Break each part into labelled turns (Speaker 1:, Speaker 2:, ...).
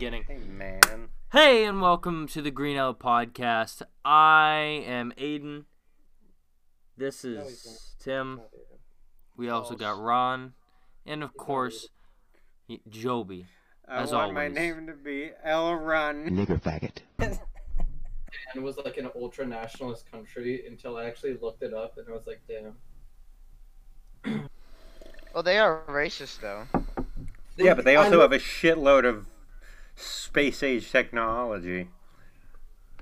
Speaker 1: beginning.
Speaker 2: Hey man.
Speaker 1: Hey, and welcome to the Green Out Podcast. I am Aiden. This
Speaker 3: No, he's
Speaker 1: is Tim.
Speaker 3: Not Aiden.
Speaker 1: We also
Speaker 3: Oh,
Speaker 1: got
Speaker 3: sh-
Speaker 1: Ron, and of course, y- Joby.
Speaker 2: I
Speaker 1: As
Speaker 2: want my
Speaker 1: always.
Speaker 2: name to be L Run.
Speaker 4: Nigger faggot.
Speaker 3: and was like an ultra nationalist country until I actually looked it up and I was like, damn.
Speaker 5: Well, they are racist though.
Speaker 2: Yeah, but they also
Speaker 3: I-
Speaker 2: have a shitload of space age technology.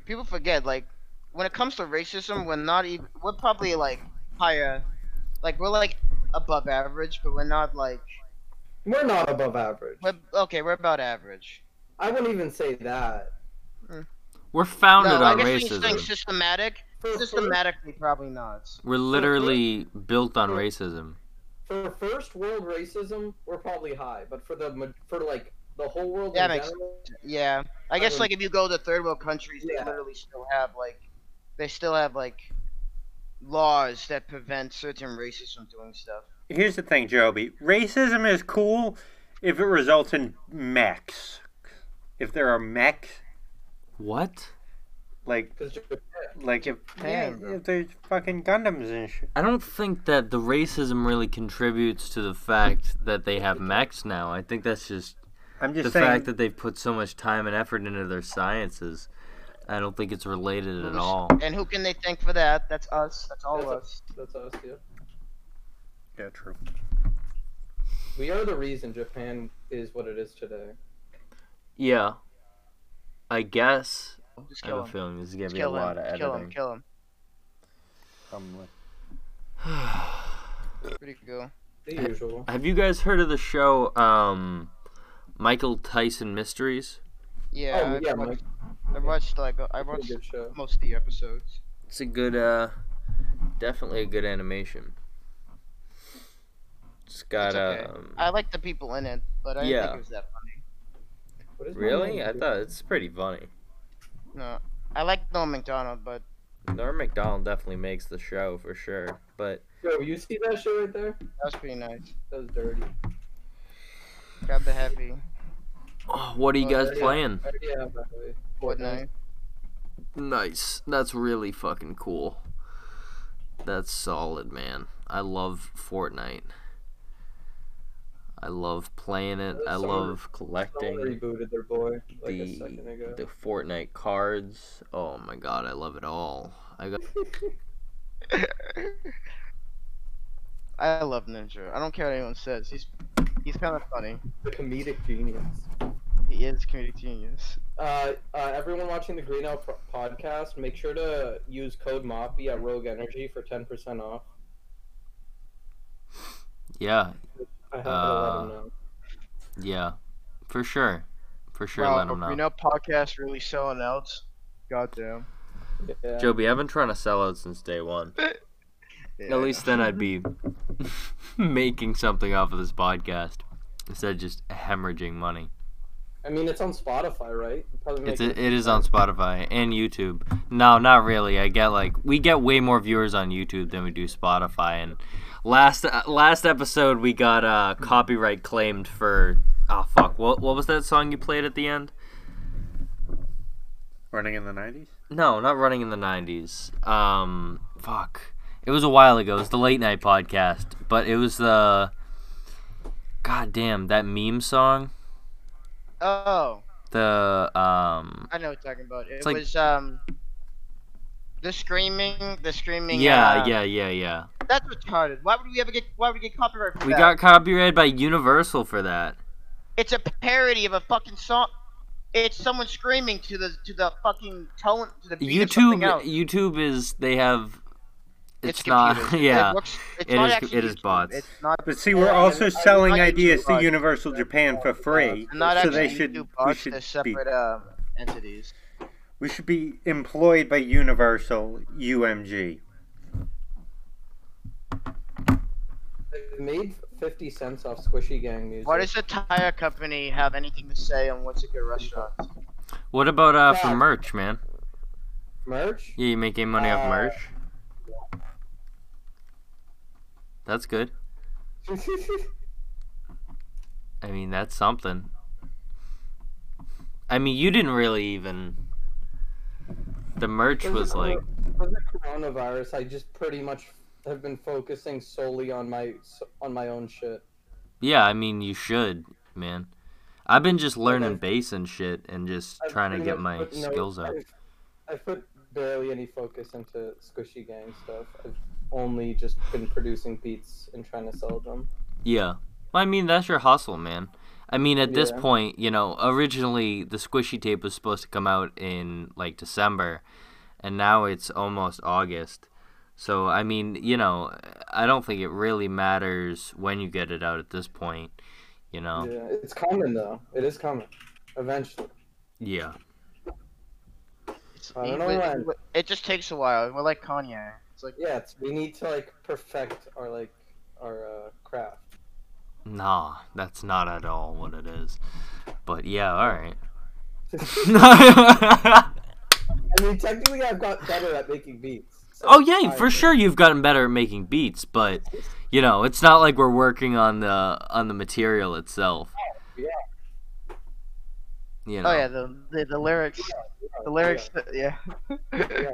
Speaker 5: People forget, like, when it comes to racism, we're not even we're probably like higher, like we're like above average, but we're not like
Speaker 6: We're not above average.
Speaker 5: we're okay. We're about average.
Speaker 6: I wouldn't even say that.
Speaker 1: We're founded
Speaker 5: no, I
Speaker 1: on
Speaker 5: guess when you think
Speaker 1: racism.
Speaker 5: systematic,
Speaker 6: For, fir-
Speaker 5: systematically probably not.
Speaker 1: We're literally built on racism.
Speaker 6: for first world racism, we're probably high, but for the ma- for like the whole world
Speaker 5: Yeah,
Speaker 6: in
Speaker 5: makes-
Speaker 6: general,
Speaker 5: Yeah, I guess like if you go to third world countries,
Speaker 6: Yeah.
Speaker 5: they literally still have like they still have like laws that prevent certain races from doing stuff.
Speaker 2: Here's the thing, Joby. Racism is cool if it results in mechs. If there are mechs,
Speaker 1: What?
Speaker 2: like
Speaker 6: because
Speaker 2: like if,
Speaker 5: Yeah, bro.
Speaker 2: if there's fucking Gundams and shit.
Speaker 1: I don't think that the racism really contributes to the fact that they have mechs now. I think that's just
Speaker 2: I'm just
Speaker 1: the
Speaker 2: saying.
Speaker 1: fact that they've put so much time and effort into their sciences. I don't think it's related at
Speaker 5: Who's-
Speaker 1: all.
Speaker 5: And who can they thank for that? That's us. That's all
Speaker 6: That's
Speaker 5: of
Speaker 6: a-
Speaker 5: us.
Speaker 6: that's us, yeah.
Speaker 2: yeah, true.
Speaker 6: We are the reason Japan is what it is today.
Speaker 1: Yeah. I guess.
Speaker 5: Just
Speaker 1: I
Speaker 5: kill
Speaker 1: have a
Speaker 5: 'em.
Speaker 1: feeling this is going
Speaker 5: Just
Speaker 1: to be a
Speaker 5: kill
Speaker 1: lot
Speaker 5: him.
Speaker 1: of
Speaker 5: Just Kill him.
Speaker 1: editing.
Speaker 5: Kill him.
Speaker 2: Probably.
Speaker 5: Pretty cool.
Speaker 6: The usual.
Speaker 1: Have you guys heard of the show um, Michael Tyson Mysteries?
Speaker 5: Yeah.
Speaker 6: oh
Speaker 5: I
Speaker 6: yeah,
Speaker 5: watched,
Speaker 6: Mike.
Speaker 5: I watched like uh, I
Speaker 6: Pretty
Speaker 5: watched
Speaker 6: good show.
Speaker 5: most of the episodes.
Speaker 1: It's a good, uh, definitely a good animation. It's got
Speaker 5: It's okay.
Speaker 1: um,
Speaker 5: I liked the people in it, but I didn't
Speaker 1: Yeah.
Speaker 5: think it was that funny.
Speaker 6: What is my
Speaker 1: really?
Speaker 6: name?
Speaker 1: I thought it's pretty funny.
Speaker 5: No, I liked Norm Macdonald, but
Speaker 1: Norm Macdonald definitely makes the show for sure, but
Speaker 6: Yo, you see that shit right there?
Speaker 5: that was pretty nice.
Speaker 6: That was dirty. Uh,
Speaker 5: Grab the heavy.
Speaker 1: Oh, what are you
Speaker 6: Oh,
Speaker 1: guys
Speaker 6: yeah.
Speaker 1: playing?
Speaker 6: I already have, by the way.
Speaker 5: What night?
Speaker 1: Nice. That's really fucking cool. That's solid, man. I love Fortnite. I love playing it. I
Speaker 6: Someone-
Speaker 1: love
Speaker 6: Someone
Speaker 1: collecting
Speaker 6: rebooted their boy like a
Speaker 1: the
Speaker 6: second ago.
Speaker 1: the Fortnite cards. Oh my god, I love it all. I got
Speaker 5: I love Ninja. I don't care what anyone says. He's he's kind of funny.
Speaker 6: The comedic genius.
Speaker 5: He is comedic genius.
Speaker 6: uh, uh, everyone watching the Green Out pro- podcast, make sure to use code MOPPY at Rogue Energy for 10% off.
Speaker 1: yeah,
Speaker 6: I have
Speaker 1: Uh,
Speaker 6: to let them know.
Speaker 1: yeah, for sure, for sure.
Speaker 5: wow,
Speaker 1: let them know.
Speaker 5: You know, podcast really selling out. Goddamn.
Speaker 6: Yeah.
Speaker 1: Joby, I've been trying to sell out since day one.
Speaker 5: Yeah.
Speaker 1: At least then I'd be making something off of this podcast instead of just hemorrhaging money.
Speaker 6: I mean, it's on Spotify, right? You Probably make
Speaker 1: It's it is on Spotify and YouTube. No, not really. I get like we get way more viewers on YouTube than we do Spotify. And last uh, last episode we got uh, copyright claimed for oh fuck what what was that song you played at the end?
Speaker 2: Running in the nineties.
Speaker 1: No, not running in the nineties. Um, fuck. It was a while ago. It was the late night podcast, but it was the. God damn that meme song.
Speaker 5: Oh,
Speaker 1: The um.
Speaker 5: I know what you're talking about. It
Speaker 1: It's like-
Speaker 5: was um. The screaming, the screaming.
Speaker 1: Yeah,
Speaker 5: uh,
Speaker 1: yeah, yeah, yeah.
Speaker 5: That's retarded. Why would we ever get? Why would we get copyright for
Speaker 1: We
Speaker 5: that?
Speaker 1: got copyrighted by Universal for that.
Speaker 5: It's a parody of a fucking song. It's someone screaming to the to the fucking tone to the beat of
Speaker 1: YouTube,
Speaker 5: something else.
Speaker 1: YouTube is they have. It's,
Speaker 5: computers.
Speaker 1: not. Yeah.
Speaker 5: It, works, it's
Speaker 1: It
Speaker 5: not
Speaker 1: is-
Speaker 5: actually
Speaker 1: it is
Speaker 5: YouTube.
Speaker 1: bots.
Speaker 5: It's not.
Speaker 2: But see, we're also
Speaker 6: I-
Speaker 2: selling
Speaker 5: I-
Speaker 2: ideas to
Speaker 6: I-
Speaker 2: Universal Japan for free,
Speaker 5: they're Not
Speaker 2: so
Speaker 5: actually
Speaker 2: they should
Speaker 5: YouTube
Speaker 2: we
Speaker 5: bots.
Speaker 2: should
Speaker 5: They're
Speaker 2: be
Speaker 5: separate um, entities.
Speaker 2: we should be employed by Universal UMG.
Speaker 6: They made 50 cents off Squishy Gang music.
Speaker 5: Why does the tire company have anything to say on what's a good restaurant?
Speaker 1: What about uh for
Speaker 6: Yeah.
Speaker 1: merch, man?
Speaker 6: merch?
Speaker 1: Yeah, you make any money off
Speaker 6: Uh,
Speaker 1: merch? That's good. I mean, that's something. I mean, you didn't really even. The merch
Speaker 6: Since
Speaker 1: was
Speaker 6: the
Speaker 1: like,
Speaker 6: cor- since the coronavirus. I just pretty much have been focusing solely on my on my own shit.
Speaker 1: yeah. I mean, you should, man. I've been just learning
Speaker 6: I've-
Speaker 1: bass and shit and just
Speaker 6: I've
Speaker 1: trying to
Speaker 6: pretty
Speaker 1: get
Speaker 6: much
Speaker 1: my
Speaker 6: put no-
Speaker 1: skills up.
Speaker 6: I've, I've put barely any focus into Squishy Gang stuff. I've only just been producing beats and trying to sell them.
Speaker 1: Yeah. I mean, that's your hustle, man. I mean, at this
Speaker 6: Yeah.
Speaker 1: point, you know, originally the squishy tape was supposed to come out in like December, and now it's almost August. So, I mean, you know, I don't think it really matters when you get it out at this point, you know?
Speaker 6: Yeah, it's coming though. It is coming, eventually.
Speaker 1: Yeah.
Speaker 5: It's,
Speaker 6: I don't
Speaker 5: it,
Speaker 6: know
Speaker 5: it-
Speaker 6: when.
Speaker 5: it just takes a while. We're like Kanye. It's like
Speaker 6: Yeah, it's, we need to like perfect our like our uh, craft.
Speaker 1: Nah, that's not at all what it is. But yeah, alright.
Speaker 6: I mean, technically, I've got better at making beats. so
Speaker 1: oh, yeah,
Speaker 6: I-
Speaker 1: for sure you've gotten better at making beats, but. you know it's not like we're working on the on the material itself
Speaker 6: Yeah.
Speaker 1: you know
Speaker 5: oh yeah, the the, the lyrics, the lyrics, yeah.
Speaker 6: Yeah.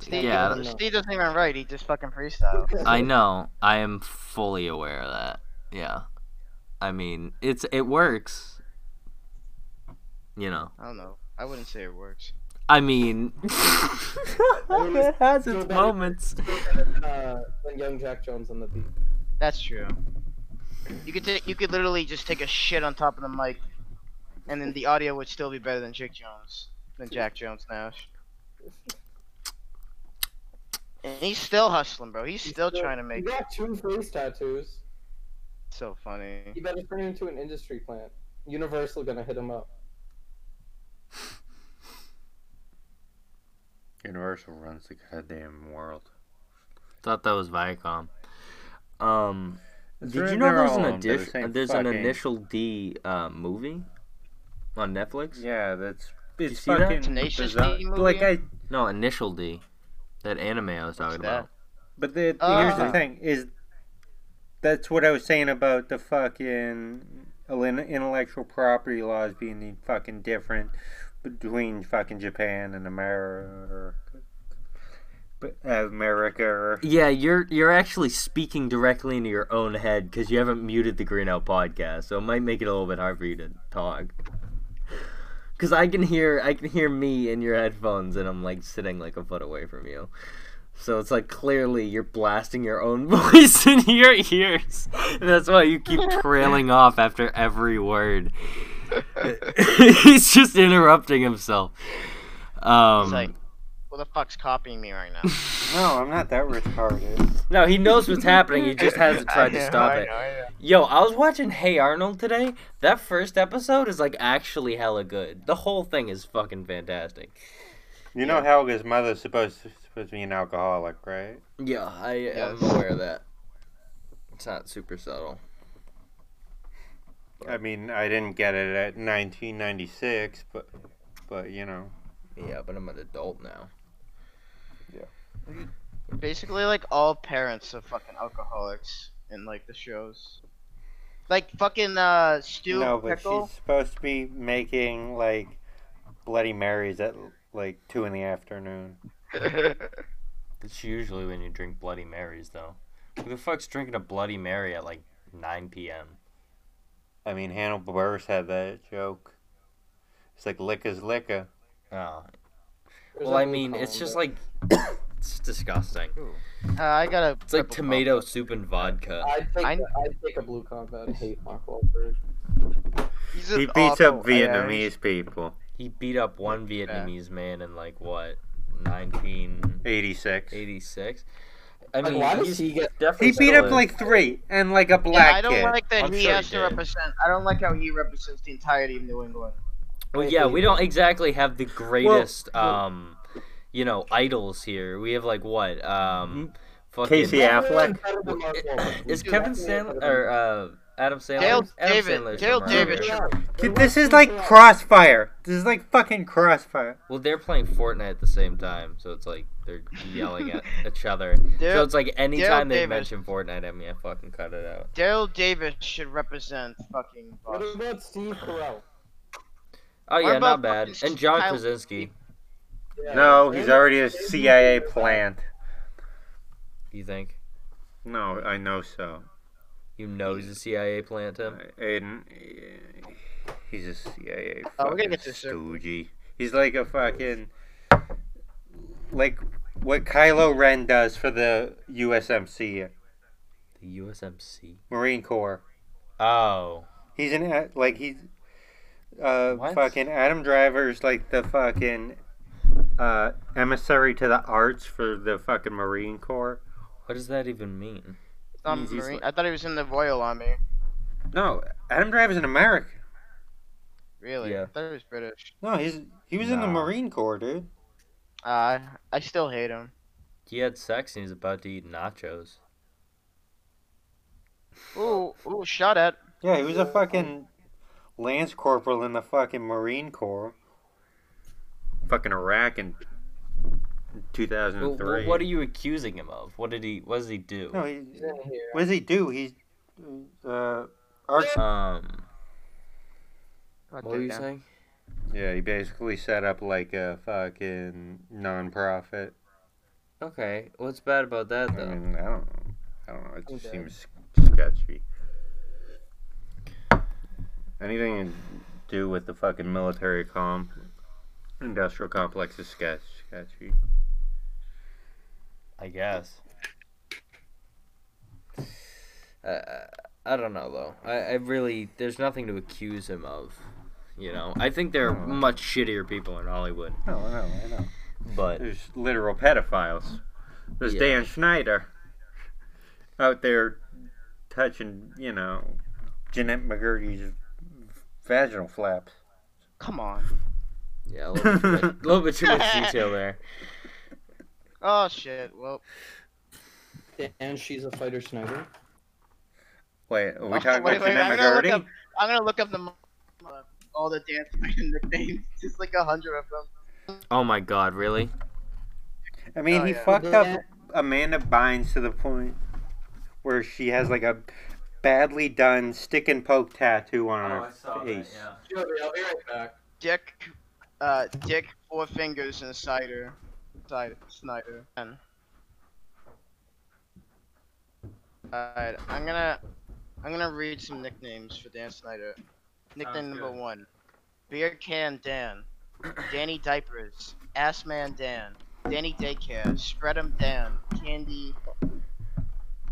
Speaker 5: Steve,
Speaker 1: Yeah, I
Speaker 5: yeah,
Speaker 1: don't
Speaker 6: know.
Speaker 5: Steve doesn't even write. He just fucking freestyles.
Speaker 1: i know i am fully aware of that yeah i mean it's it works you know
Speaker 5: I don't know. I wouldn't say it works.
Speaker 1: i mean
Speaker 6: mean, it's
Speaker 1: it has
Speaker 6: still
Speaker 1: its
Speaker 6: better.
Speaker 1: moments
Speaker 6: uh, than Young Jack Jones on the beat.
Speaker 5: That's true. You could take, you could literally just take a shit on top of the mic, and then the audio would still be better than Jack Jones than Jack Jones now. And he's still hustling, bro. He's still trying to
Speaker 6: He
Speaker 5: make it
Speaker 6: got two face tattoos.
Speaker 5: so funny.
Speaker 6: You better turn into an industry plant. Universal gonna hit him up.
Speaker 2: Universal runs the goddamn world.
Speaker 1: thought that was viacom um
Speaker 2: That's
Speaker 1: did
Speaker 2: right,
Speaker 1: you know
Speaker 2: they're
Speaker 1: there's an
Speaker 2: all owned by the
Speaker 1: addition
Speaker 2: same
Speaker 1: there's an
Speaker 2: fucking-
Speaker 1: initial d uh, movie on netflix
Speaker 2: Yeah, that's
Speaker 1: you
Speaker 2: it's
Speaker 1: see that?
Speaker 2: fucking
Speaker 5: Tenacious
Speaker 2: bizarre.
Speaker 5: D movie?
Speaker 2: Like I,
Speaker 1: no initial d that anime i was talking
Speaker 5: that?
Speaker 1: about
Speaker 2: but the,
Speaker 5: Uh.
Speaker 2: here's the thing is, that's what I was saying about the fucking illin- intellectual property laws being fucking different between fucking Japan and America, but America.
Speaker 1: Yeah, you're you're actually speaking directly into your own head because you haven't muted the Green Out podcast, so it might make it a little bit hard for you to talk. Cause I can hear I can hear me in your headphones, and I'm like sitting like a foot away from you. So it's like clearly you're blasting your own voice in your ears. And that's why you keep trailing off after every word. He's just interrupting himself. Um,
Speaker 5: He's like, what the fuck's copying me right now?
Speaker 2: No, I'm not that retarded.
Speaker 1: no, he knows what's happening. He just hasn't tried to
Speaker 5: I know,
Speaker 1: stop
Speaker 5: I
Speaker 1: it.
Speaker 5: know, I know.
Speaker 1: Yo, I was watching Hey Arnold today. That first episode is like actually hella good. The whole thing is fucking fantastic.
Speaker 2: You know Helga's mother's supposed to, supposed to be an alcoholic, right?
Speaker 1: Yeah, I am
Speaker 5: Yes.
Speaker 1: aware of that. It's not super subtle.
Speaker 2: I mean, I didn't get it at 1996, but but you know.
Speaker 1: Yeah, but I'm an adult now.
Speaker 5: Basically, like all parents are fucking alcoholics in like the shows. Like fucking uh Stu
Speaker 2: no, but
Speaker 5: Pickle.
Speaker 2: she's supposed to be making like Bloody Marys at like two in the afternoon.
Speaker 1: It's usually when you drink Bloody Marys, though. Who the fuck's drinking a Bloody Mary at like 9 p.m.?
Speaker 2: I mean, Hannibal Burris had that joke. It's like liquor's liquor.
Speaker 1: Oh.
Speaker 6: There's
Speaker 1: Well, I
Speaker 6: that
Speaker 1: mean,
Speaker 6: new
Speaker 1: it's just
Speaker 6: column,
Speaker 1: like. it's disgusting.
Speaker 5: Uh, I got a.
Speaker 1: It's like
Speaker 5: purple
Speaker 1: tomato soup and vodca.
Speaker 6: but I'd take,
Speaker 5: I-
Speaker 6: the- I'd take a blue combat and hate Mark Wahlberg.
Speaker 5: pop. He's an
Speaker 2: He beats up
Speaker 5: awful ass.
Speaker 2: Vietnamese people.
Speaker 1: He beat up one Vietnamese man in like what, 1986.
Speaker 2: 86.
Speaker 1: I
Speaker 6: Like,
Speaker 1: mean,
Speaker 6: why
Speaker 1: he's
Speaker 6: does he get?
Speaker 1: definitely
Speaker 2: He beat up
Speaker 1: still a-
Speaker 2: like three and like a
Speaker 5: Yeah,
Speaker 2: black
Speaker 5: I don't
Speaker 2: kid.
Speaker 5: like that
Speaker 1: I'm
Speaker 5: he
Speaker 1: sure
Speaker 5: has
Speaker 1: he
Speaker 5: to
Speaker 1: did.
Speaker 5: represent. I don't like how he represents the entirety of New England.
Speaker 1: Well, yeah, we don't exactly have the greatest, um, you know, idols here. We have like what, um, fucking
Speaker 2: Mm-hmm. Casey Yeah,
Speaker 6: Everyone
Speaker 2: Affleck-
Speaker 6: better than Mark Wahlberg.
Speaker 1: Is
Speaker 6: Dude,
Speaker 1: Kevin
Speaker 6: that's better
Speaker 1: Sandler
Speaker 6: than-
Speaker 1: or uh, Adam Sandler?
Speaker 5: Dale
Speaker 1: Adam
Speaker 5: David-
Speaker 1: Sandler's
Speaker 2: uh,
Speaker 5: Dale
Speaker 1: from around
Speaker 5: David.
Speaker 1: here.
Speaker 6: Yeah.
Speaker 2: Dude, this is like crossfire. This is like fucking crossfire.
Speaker 1: Well, they're playing Fortnite at the same time, so it's like they're yelling at each other. so
Speaker 5: Daryl
Speaker 1: it's like anytime they
Speaker 5: David.
Speaker 1: mention Fortnite, I mean, I fucking cut it out.
Speaker 5: Daryl Davis should represent fucking.
Speaker 6: What
Speaker 5: Boston.
Speaker 6: about Steve Carell?
Speaker 1: Oh
Speaker 5: What
Speaker 1: yeah, not
Speaker 5: about
Speaker 1: bad.
Speaker 5: fucking
Speaker 1: And John
Speaker 5: Kyle-
Speaker 1: Krasinski.
Speaker 6: Yeah,
Speaker 2: No, he's
Speaker 6: and-
Speaker 2: already a CIA plant.
Speaker 1: You think?
Speaker 2: No, I know so.
Speaker 1: You know he's a CIA plant,
Speaker 2: Uh,
Speaker 1: Tim.
Speaker 2: Aiden, eh, he's a CIA
Speaker 5: Oh, we're gonna
Speaker 2: fucking
Speaker 5: get to Sir-
Speaker 2: stoogie. He's like a fucking like what Kylo Ren does for the USMC
Speaker 1: The USMC.
Speaker 2: Marine Corps.
Speaker 1: Oh.
Speaker 2: He's an a- like he's uh
Speaker 1: What?
Speaker 2: fucking Adam Driver's like the fucking uh emissary to the arts for the fucking Marine Corps.
Speaker 1: What does that even mean?
Speaker 5: Um,
Speaker 2: He's- he's
Speaker 5: Marine-
Speaker 2: like-
Speaker 5: I thought he was in the Royal Army.
Speaker 2: No, Adam Driver's an American.
Speaker 5: Really?
Speaker 1: Yeah.
Speaker 5: I thought he was British.
Speaker 2: No, he's he was in the
Speaker 1: Nah.
Speaker 2: Marine Corps, dude.
Speaker 5: Uh, I still hate him.
Speaker 1: He had sex and he's about to eat nachos.
Speaker 5: Ooh, ooh, shot at.
Speaker 2: Yeah, he was a fucking lance corporal in the fucking Marine Corps. Fucking Iraq in
Speaker 1: Well,
Speaker 2: 2003.
Speaker 1: well, what are you accusing him of? What did he? What does he do?
Speaker 2: No, he,
Speaker 6: He's in here.
Speaker 2: what does he do? He's uh, arch.
Speaker 1: Um. What
Speaker 5: God
Speaker 1: were you
Speaker 5: damn.
Speaker 1: saying?
Speaker 2: Yeah, he basically set up like a fucking non-profit.
Speaker 1: Okay. What's bad about that
Speaker 2: I
Speaker 1: though?
Speaker 2: mean, I don't, know. I don't know. It just
Speaker 6: Okay.
Speaker 2: seems sketchy. Anything to do with the fucking military com, industrial complex is sketch, sketchy.
Speaker 1: I guess. Uh, I don't know though. I, I really there's nothing to accuse him of. You know, I think there are much shittier people in Hollywood,
Speaker 2: No, I know, I know.
Speaker 1: but
Speaker 2: There's literal pedophiles. There's
Speaker 1: Yeah.
Speaker 2: Dan Schneider out there touching, you know, Jeanette McGurdy's vaginal flaps.
Speaker 5: Come on.
Speaker 1: yeah, a little bit, a little bit too much detail there.
Speaker 5: Oh shit. Well,
Speaker 6: And she's a fighter sniper.
Speaker 2: Wait, are we
Speaker 5: Oh,
Speaker 2: talking
Speaker 5: wait,
Speaker 2: about
Speaker 5: wait, I'm
Speaker 2: Jeanette
Speaker 5: gonna look
Speaker 2: McGurdy?
Speaker 5: up- I'm gonna look up the uh, all the dance nicknames. Just like a hundred of them.
Speaker 1: Oh my god, really?
Speaker 2: I mean,
Speaker 5: Oh,
Speaker 2: he
Speaker 5: yeah.
Speaker 2: fucked up Amanda Bynes to the point where she has like a badly done stick and poke tattoo
Speaker 1: Oh,
Speaker 2: on her face.
Speaker 3: Joey, I'll be right back.
Speaker 5: Dick, uh, Dick, four fingers and cider, cider, Snyder. And... Alright, I'm gonna, I'm gonna read some nicknames for Dan Snyder. Nickname
Speaker 3: Sounds
Speaker 5: number
Speaker 3: good.
Speaker 5: one, Beer Can Dan, Danny Diapers, Ass Man Dan, Danny Daycare, Spread 'em Dan, Candy,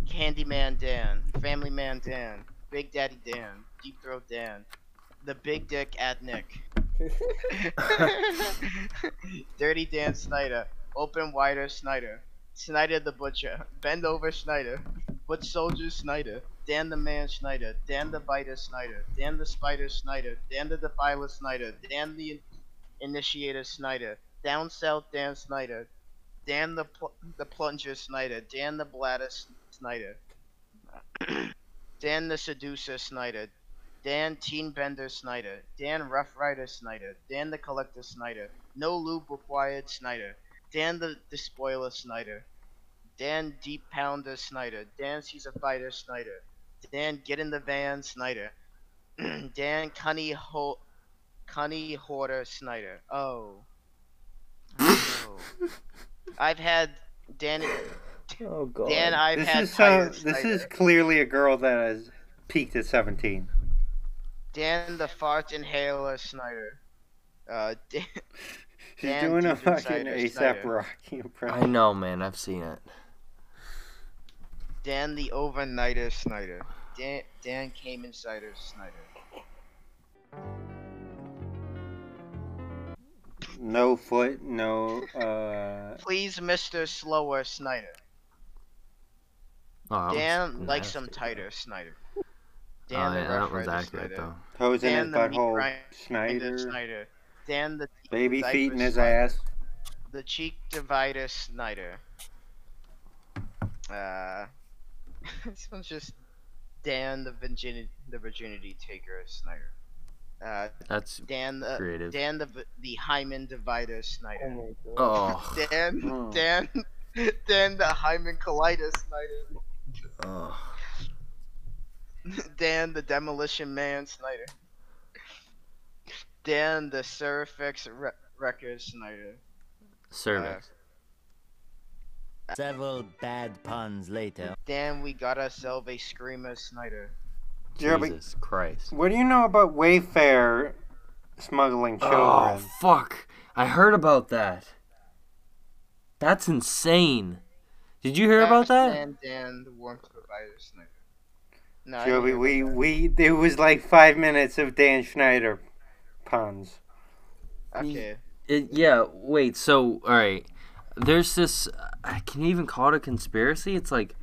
Speaker 5: Candyman Dan, Family Man Dan, Big Daddy Dan, Deep Throat Dan, The Big Dick at Nick. Dirty Dan Snyder. Open wider Snyder. Snyder the Butcher. Bend over Snyder. Butch Soldier Snyder. Dan the Man Snyder. Dan the Biter Snyder. Dan the Spider Snyder. Dan the Defiler Snyder. Dan the Initiator Snyder. Down South Dan Snyder. Dan the pl- the Plunger Snyder. Dan the Bladder S- Snyder. Dan the Seducer Snyder. Dan Teen Bender Snyder, Dan Rough Rider Snyder, Dan the Collector Snyder, No Lube Required Snyder, Dan the Despoiler Snyder, Dan Deep Pounder Snyder, Dan She's a Fighter Snyder, Dan Get in the Van Snyder, Dan Cunny Ho- Cunny Hoarder Snyder. Oh. Oh. I've had Dan
Speaker 6: Oh god.
Speaker 5: Dan I've
Speaker 2: This
Speaker 5: had
Speaker 2: is
Speaker 5: Tyler
Speaker 2: so, this
Speaker 5: Snyder.
Speaker 2: is clearly a girl that has peaked at 17.
Speaker 5: Dan the Fart Inhaler Snyder. Uh, Dan,
Speaker 2: She's
Speaker 5: Dan
Speaker 2: doing a
Speaker 5: Deacon
Speaker 2: fucking
Speaker 5: Snyder
Speaker 2: ASAP
Speaker 5: Snyder.
Speaker 2: Rocky impression.
Speaker 1: I know, man. I've seen it.
Speaker 5: Dan the Overnighter Snyder. Dan, Dan came insider Snyder.
Speaker 2: No foot, no. Uh,
Speaker 5: Please, Mr. Slower Snyder.
Speaker 1: Oh, that one's
Speaker 5: Dan likes
Speaker 1: nasty.
Speaker 5: some tighter Snyder.
Speaker 1: Oh yeah,
Speaker 5: Dan the Rough
Speaker 1: that one's
Speaker 5: Rider
Speaker 1: accurate
Speaker 5: Snyder.
Speaker 1: though.
Speaker 2: toes in his
Speaker 5: Dan the meat
Speaker 2: butthole.
Speaker 5: grinder
Speaker 2: Snyder.
Speaker 5: Snyder. Dan the
Speaker 2: Baby feet in
Speaker 5: diaper
Speaker 2: his
Speaker 5: Snyder.
Speaker 2: ass.
Speaker 5: The cheek divider Snyder. Uh, this one's just Dan the virginity the virginity taker Snyder. Uh,
Speaker 1: That's
Speaker 5: Dan the
Speaker 1: creative.
Speaker 5: Uh, Dan the the hymen divider Snyder.
Speaker 6: Oh my god.
Speaker 1: Oh,
Speaker 5: Dan,
Speaker 2: Oh.
Speaker 5: Dan, Dan the Hyman Colitis Snyder.
Speaker 1: oh.
Speaker 5: Dan the Demolition Man Snyder. Dan the Serifix Re- Wrecker Snyder.
Speaker 1: Cervix.
Speaker 5: Uh,
Speaker 4: Several bad puns later.
Speaker 5: Dan, we got ourselves a Screamer Snyder.
Speaker 2: Yeah, but
Speaker 1: Jesus Christ.
Speaker 2: what do you know about Wayfair smuggling
Speaker 1: Oh
Speaker 2: children?
Speaker 1: fuck! I heard about that. That's insane. Did you hear about that?
Speaker 5: And Dan the Warmth Provider Snyder. No, I didn't
Speaker 2: Joby,
Speaker 5: hear
Speaker 2: we,
Speaker 5: about
Speaker 2: we there was like five minutes of Dan Schneider puns.
Speaker 5: that. Okay.
Speaker 1: It, yeah. Wait. So, all right. There's this. I can even call it a conspiracy. It's like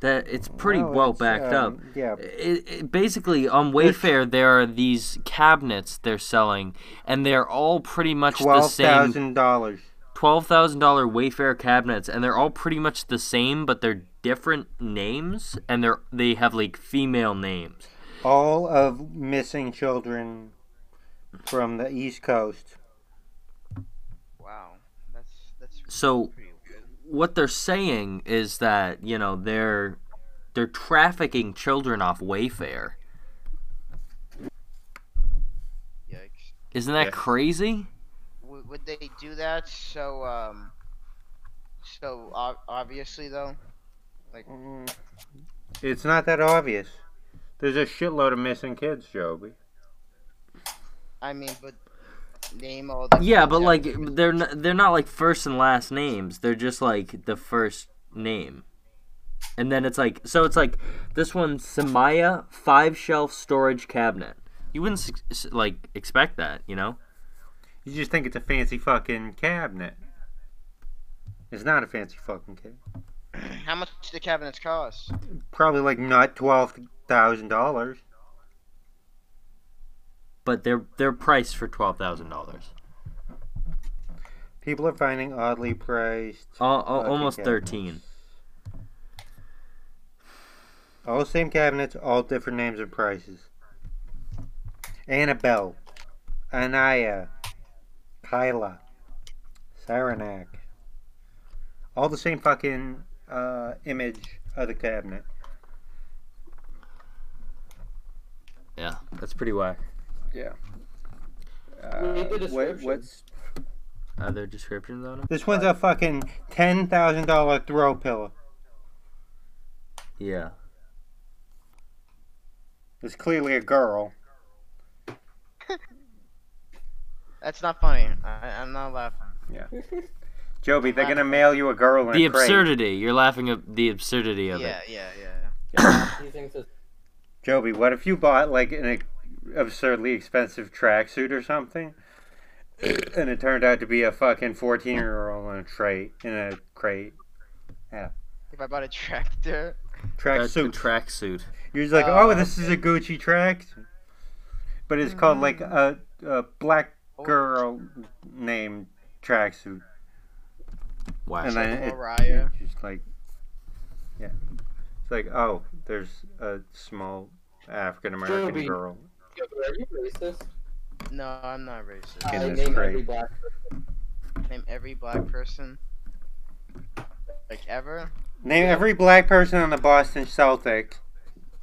Speaker 1: that. It's um, pretty well, backed
Speaker 5: um,
Speaker 1: up.
Speaker 2: Yeah.
Speaker 1: It, it, basically, on Wayfair, there are these cabinets they're selling, and they're all pretty much the
Speaker 2: Twelve
Speaker 1: same
Speaker 2: thousand dollars.
Speaker 1: twelve thousand dollar Wayfair cabinets, and they're all pretty much the same, but they're different names, and they're they have like female names.
Speaker 2: All of missing children from the East Coast.
Speaker 5: Wow. That's that's
Speaker 1: So
Speaker 5: pretty weird.
Speaker 1: what they're saying is that you know they're they're trafficking children off Wayfair.
Speaker 5: Yikes.
Speaker 1: Isn't that
Speaker 2: Yeah.
Speaker 1: crazy?
Speaker 5: W- would they do that so um so ob- obviously though?
Speaker 2: Mm. It's not that obvious. There's a shitload of missing kids, Joby.
Speaker 5: I mean, but name all the
Speaker 1: Yeah,
Speaker 5: kids
Speaker 1: but
Speaker 5: out
Speaker 1: like
Speaker 5: there.
Speaker 1: they're not, they're not like first and last names. They're just like the first name. And then it's like so it's like this one's Samaya five shelf storage cabinet. You wouldn't s- s- like expect that, you know?
Speaker 2: You just think it's a fancy fucking cabinet. It's not a fancy fucking cabinet.
Speaker 5: how much do the cabinets cost?
Speaker 2: Probably like not twelve thousand dollars.
Speaker 1: But they're they're priced for twelve thousand dollars,
Speaker 2: People are finding oddly priced. fucking
Speaker 1: almost
Speaker 2: cabinets.
Speaker 1: thirteen.
Speaker 2: All same cabinets, all different names and prices. Annabelle, Anaya, Kyla, Saranac. All the same fucking uh, image of the cabinet.
Speaker 1: Yeah, that's pretty whack.
Speaker 2: Uh,
Speaker 6: We need the description.
Speaker 1: Are there descriptions on them?
Speaker 2: This one's a fucking ten thousand dollar throw pillow.
Speaker 1: Yeah.
Speaker 2: It's clearly a girl.
Speaker 5: That's not funny. I, I'm not laughing.
Speaker 2: Joby, they're gonna mail you a girl in
Speaker 1: The
Speaker 2: a crate.
Speaker 1: absurdity. You're laughing at the absurdity of
Speaker 5: Yeah,
Speaker 1: it.
Speaker 5: yeah, yeah.
Speaker 6: He thinks it's
Speaker 2: Joby, what if you bought like an ex- absurdly expensive tracksuit or something, and it turned out to be a fucking fourteen-year-old in a crate in a crate
Speaker 5: If I bought a tractor,
Speaker 1: That's the
Speaker 2: tracksuit?
Speaker 1: tracksuit.
Speaker 2: You're just like,
Speaker 5: Oh,
Speaker 2: oh, this is a Gucci tracksuit, but it's called like
Speaker 5: Mm.
Speaker 2: a, a black
Speaker 5: Oh,
Speaker 2: girl named tracksuit,
Speaker 1: Wow.
Speaker 2: and then it,
Speaker 5: Mariah.
Speaker 2: it's just like, yeah, it's like, oh, there's a small African American
Speaker 6: Joby.
Speaker 2: girl.
Speaker 6: Yo, are you racist?
Speaker 5: No, I'm not racist.
Speaker 2: In
Speaker 6: I
Speaker 2: this
Speaker 6: name
Speaker 2: crate.
Speaker 6: every black
Speaker 5: Name every black person. Like ever?
Speaker 2: Name every black person on the Boston Celtics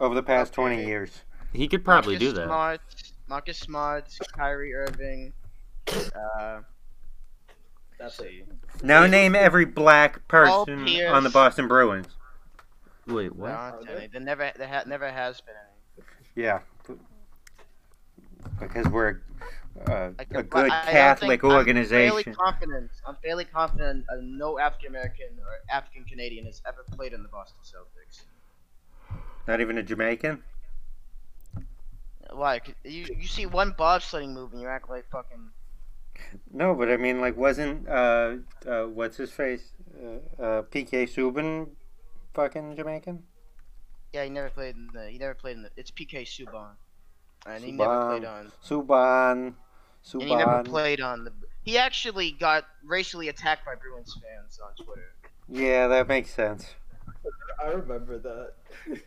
Speaker 2: over the past
Speaker 5: Okay.
Speaker 2: 20 years.
Speaker 1: He could probably
Speaker 5: Marcus
Speaker 1: do that.
Speaker 5: Smart, Marcus Smart, Kyrie Irving. Uh,
Speaker 6: That's it.
Speaker 5: see.
Speaker 2: Now name every black
Speaker 5: Paul
Speaker 2: person
Speaker 5: Pierce.
Speaker 2: on the Boston Bruins.
Speaker 1: Wait,
Speaker 5: There
Speaker 1: what?
Speaker 5: aren't any. There never, there ha- never has been any.
Speaker 2: Yeah. Because we're uh,
Speaker 5: Like,
Speaker 2: a
Speaker 5: but
Speaker 2: good
Speaker 5: I don't
Speaker 2: Catholic
Speaker 5: think- I'm fairly
Speaker 2: organization.
Speaker 5: confident. I'm fairly confident uh, no African American or African Canadian has ever played in the Boston Celtics.
Speaker 2: Not even a Jamaican?
Speaker 5: Like you, you see one bobsledding move and you act like fucking.
Speaker 2: No, but I mean, like, wasn't, uh, uh what's his face? Uh, uh, PK Subban fucking Jamaican?
Speaker 5: Yeah, he never played in the. He never played in the. It's PK Subban, and he never played on.
Speaker 2: Subban.
Speaker 5: And he never
Speaker 2: Subban.
Speaker 5: played on the. He actually got racially attacked by Bruins fans on Twitter.
Speaker 2: Yeah, that makes sense.
Speaker 6: I remember that.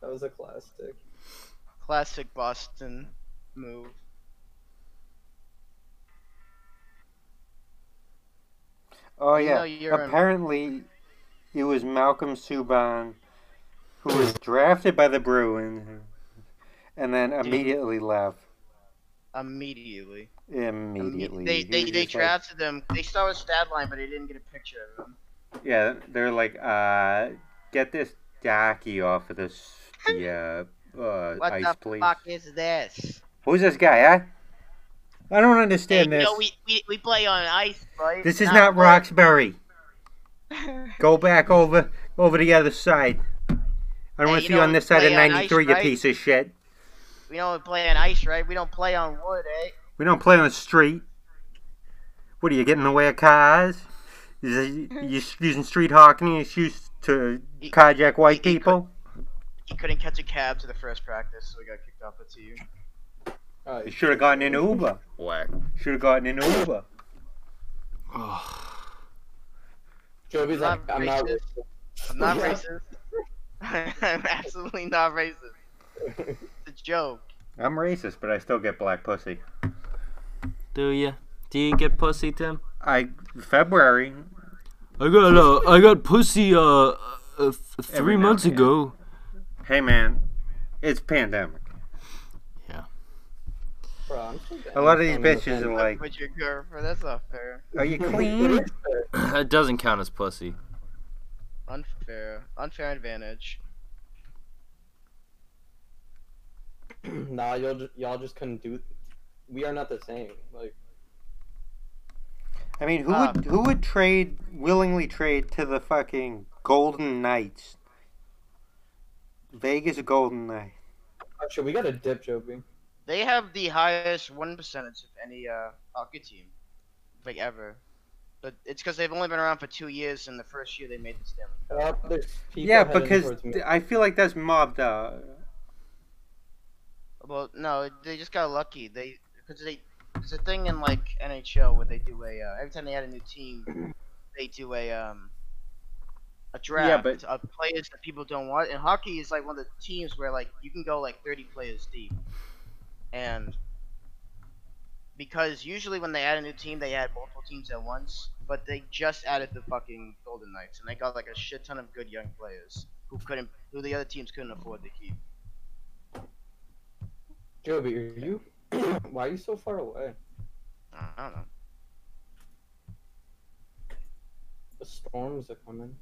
Speaker 6: that was a classic.
Speaker 5: Classic Boston move.
Speaker 2: Oh
Speaker 5: You know
Speaker 2: yeah.
Speaker 5: you're in-
Speaker 2: Apparently, it was Malcolm Subban who was drafted by the Bruins and then immediately left.
Speaker 5: immediately.
Speaker 2: Immediately.
Speaker 5: Um, They
Speaker 2: He
Speaker 5: they,
Speaker 2: was
Speaker 5: they
Speaker 2: just like-
Speaker 5: drafted them. They saw his stat line, but they didn't get a picture of him.
Speaker 2: Yeah, they're like, uh, get this Docky off of this the, uh, uh,
Speaker 5: What
Speaker 2: ice,
Speaker 5: the
Speaker 2: please.
Speaker 5: fuck is this?
Speaker 2: Who's this guy? I, I don't understand
Speaker 5: Hey,
Speaker 2: this.
Speaker 5: no, we, we, we play on ice, right?
Speaker 2: this is not Roxbury. Go back over over the other side. I don't
Speaker 5: Hey,
Speaker 2: want
Speaker 5: you
Speaker 2: to see you on
Speaker 5: don't
Speaker 2: this side of
Speaker 5: play on ice,
Speaker 2: 93, you
Speaker 5: right?
Speaker 2: piece of shit.
Speaker 5: We don't play on ice, right? We don't play on wood, eh?
Speaker 2: We don't play on the street. What are you getting in the way of cars? Is it,
Speaker 6: Mm-hmm.
Speaker 2: you s- using street hawking excuse to
Speaker 5: You-
Speaker 2: carjack white
Speaker 5: you- you
Speaker 2: people?
Speaker 5: He couldn't catch a cab to the first practice, so we got kicked off the team.
Speaker 6: Uh,
Speaker 2: You should have gotten an Uber.
Speaker 1: Whack.
Speaker 2: Should have gotten an Uber.
Speaker 6: Joby's like,
Speaker 5: Not
Speaker 6: I'm not.
Speaker 5: racist. I'm not racist. I'm absolutely not racist.
Speaker 6: racist."
Speaker 5: It's a joke.
Speaker 2: I'm racist, but I still get black pussy.
Speaker 1: Do you? Do you get pussy, Tim?
Speaker 2: I February.
Speaker 1: I got uh, I got pussy uh, uh f- three
Speaker 2: Every now
Speaker 1: months
Speaker 2: and then.
Speaker 1: ago.
Speaker 2: Hey man, it's pandemic.
Speaker 6: Bro, I'm so down
Speaker 2: A lot of
Speaker 6: with
Speaker 2: these
Speaker 6: finding
Speaker 2: bitches
Speaker 6: the
Speaker 2: are
Speaker 5: Like,
Speaker 2: like,
Speaker 5: with your girlfriend, that's not fair.
Speaker 2: "Are you
Speaker 6: fence.
Speaker 2: clean?"
Speaker 1: it doesn't count as pussy.
Speaker 5: Unfair. Unfair advantage.
Speaker 6: nah, y'all just, y'all just couldn't do. We are not the same. Like,
Speaker 2: I mean, who
Speaker 5: Ah.
Speaker 2: would who would trade willingly trade to the fucking Golden Knights? Vegas Golden Knights.
Speaker 6: actually, oh, we got a dip, Joby.
Speaker 5: They have the highest win percentage of any uh, hockey team, like ever. But it's because they've only been around for two years, and the first year they made the Stanley. Cup.
Speaker 6: Uh, there's people
Speaker 2: yeah,
Speaker 6: heading
Speaker 2: because
Speaker 6: towards me.
Speaker 2: th- I feel like that's mobbed out.
Speaker 5: Well, no, they just got lucky. They because they there's a thing in like NHL where they do a uh, every time they add a new team, they do a um a draft
Speaker 2: but-
Speaker 5: of players that people don't want. And hockey is like one of the teams where like you can go like 30 players deep, and because usually when they add a new team, they add multiple teams at once. But they just added the fucking Golden Knights, and they got like a shit ton of good young players who couldn't who the other teams couldn't afford to keep.
Speaker 6: Joby, are you? Why are you so far away?
Speaker 5: I I don't know.
Speaker 6: The storms are coming.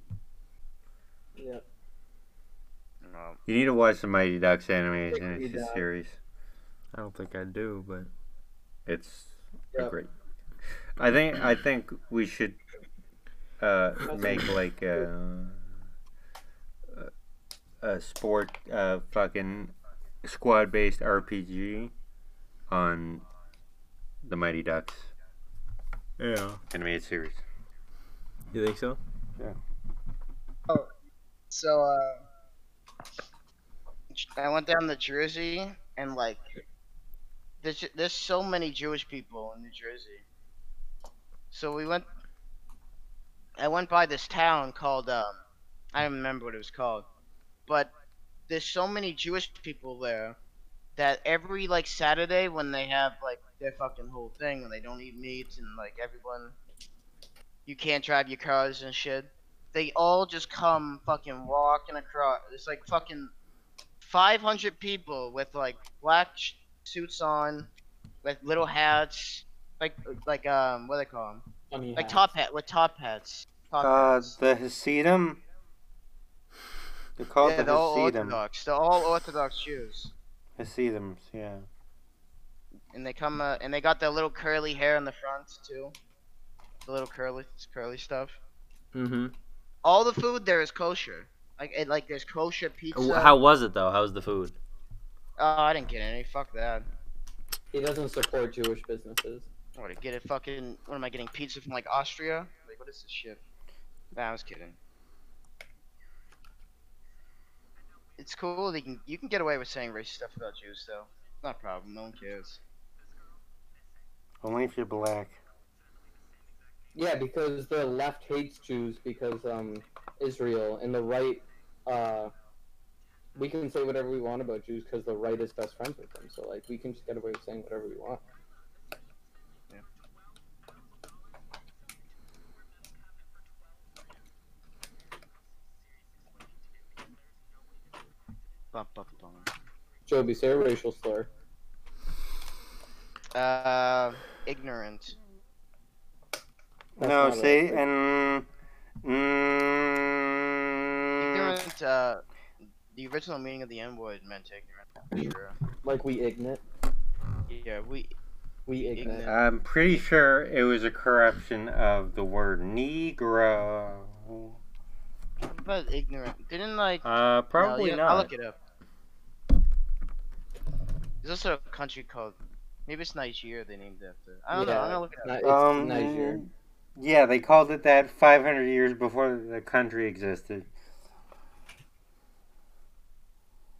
Speaker 6: Yeah.
Speaker 5: No.
Speaker 2: You need to watch the Mighty Ducks animation
Speaker 6: Mighty Ducks.
Speaker 2: series.
Speaker 1: I don't think I do, but
Speaker 2: It's
Speaker 6: Yeah.
Speaker 2: great. I think I think we should uh, make like a, a sport uh, fucking squad based RPG on the Mighty Ducks
Speaker 1: yeah.
Speaker 2: animated series.
Speaker 1: You think so?
Speaker 5: So, uh, I went down to Jersey, and like, there's ju- there's so many Jewish people in New Jersey. So we went. I went by this town called um, I don't remember what it was called, but there's so many Jewish people there that every like Saturday when they have like their fucking whole thing when they don't eat meat and like everyone, you can't drive your cars and shit they all just come fucking walking across. It's like fucking 500 people with like black sh- suits on, with little hats, like like um what do they call them?
Speaker 6: Funny
Speaker 5: Like
Speaker 6: hat.
Speaker 5: top hat with top hats. Top
Speaker 2: Uh,
Speaker 5: hats.
Speaker 2: the Hasidim. They're called
Speaker 5: Yeah,
Speaker 2: the
Speaker 5: they're all
Speaker 2: Hasidim.
Speaker 5: Orthodox. They're all Orthodox Jews,
Speaker 2: Hasidims, yeah.
Speaker 5: and they come uh, and they got their little curly hair in the front too, the little curly curly stuff.
Speaker 1: Mm-hmm.
Speaker 5: All the food there is kosher. Like it, like there's kosher pizza.
Speaker 1: How was it though? How was the food?
Speaker 5: Oh, I didn't get any. Fuck that.
Speaker 6: He doesn't support Jewish businesses.
Speaker 5: What, to get a fucking, what am I getting, pizza from like Austria? Like, what is this shit? Nah, I was kidding. It's cool, they can, you can get away with saying racist stuff about Jews, though. Not a problem, no one cares.
Speaker 2: Only if you're black.
Speaker 6: Yeah, because the left hates Jews because um Israel and the right uh we can say whatever we want about Jews because the right is best friends with them. So like we can just get away with saying whatever we want.
Speaker 5: Bum, bum, bum.
Speaker 6: Joby, say a racial slur.
Speaker 5: Uh, ignorant.
Speaker 6: That's
Speaker 2: no,
Speaker 6: not a-
Speaker 2: see, and mm,
Speaker 5: Ignorant. Uh, the original meaning of the N word meant ignorant. Sure.
Speaker 6: like we ignorant,
Speaker 5: Yeah, we
Speaker 6: we ignorant.
Speaker 5: Ignorant.
Speaker 2: I'm pretty sure it was a corruption of the word Negro.
Speaker 5: What about ignorant? Didn't like
Speaker 1: Uh, probably
Speaker 5: no, yeah,
Speaker 1: not.
Speaker 5: I'll look it up. There's also a country called maybe it's Nigeria they named it after. I don't know. I'm gonna look it
Speaker 6: Ni-
Speaker 5: up.
Speaker 6: it's
Speaker 2: Um,
Speaker 6: Niger.
Speaker 2: Yeah, they called it that 500 years before the country existed.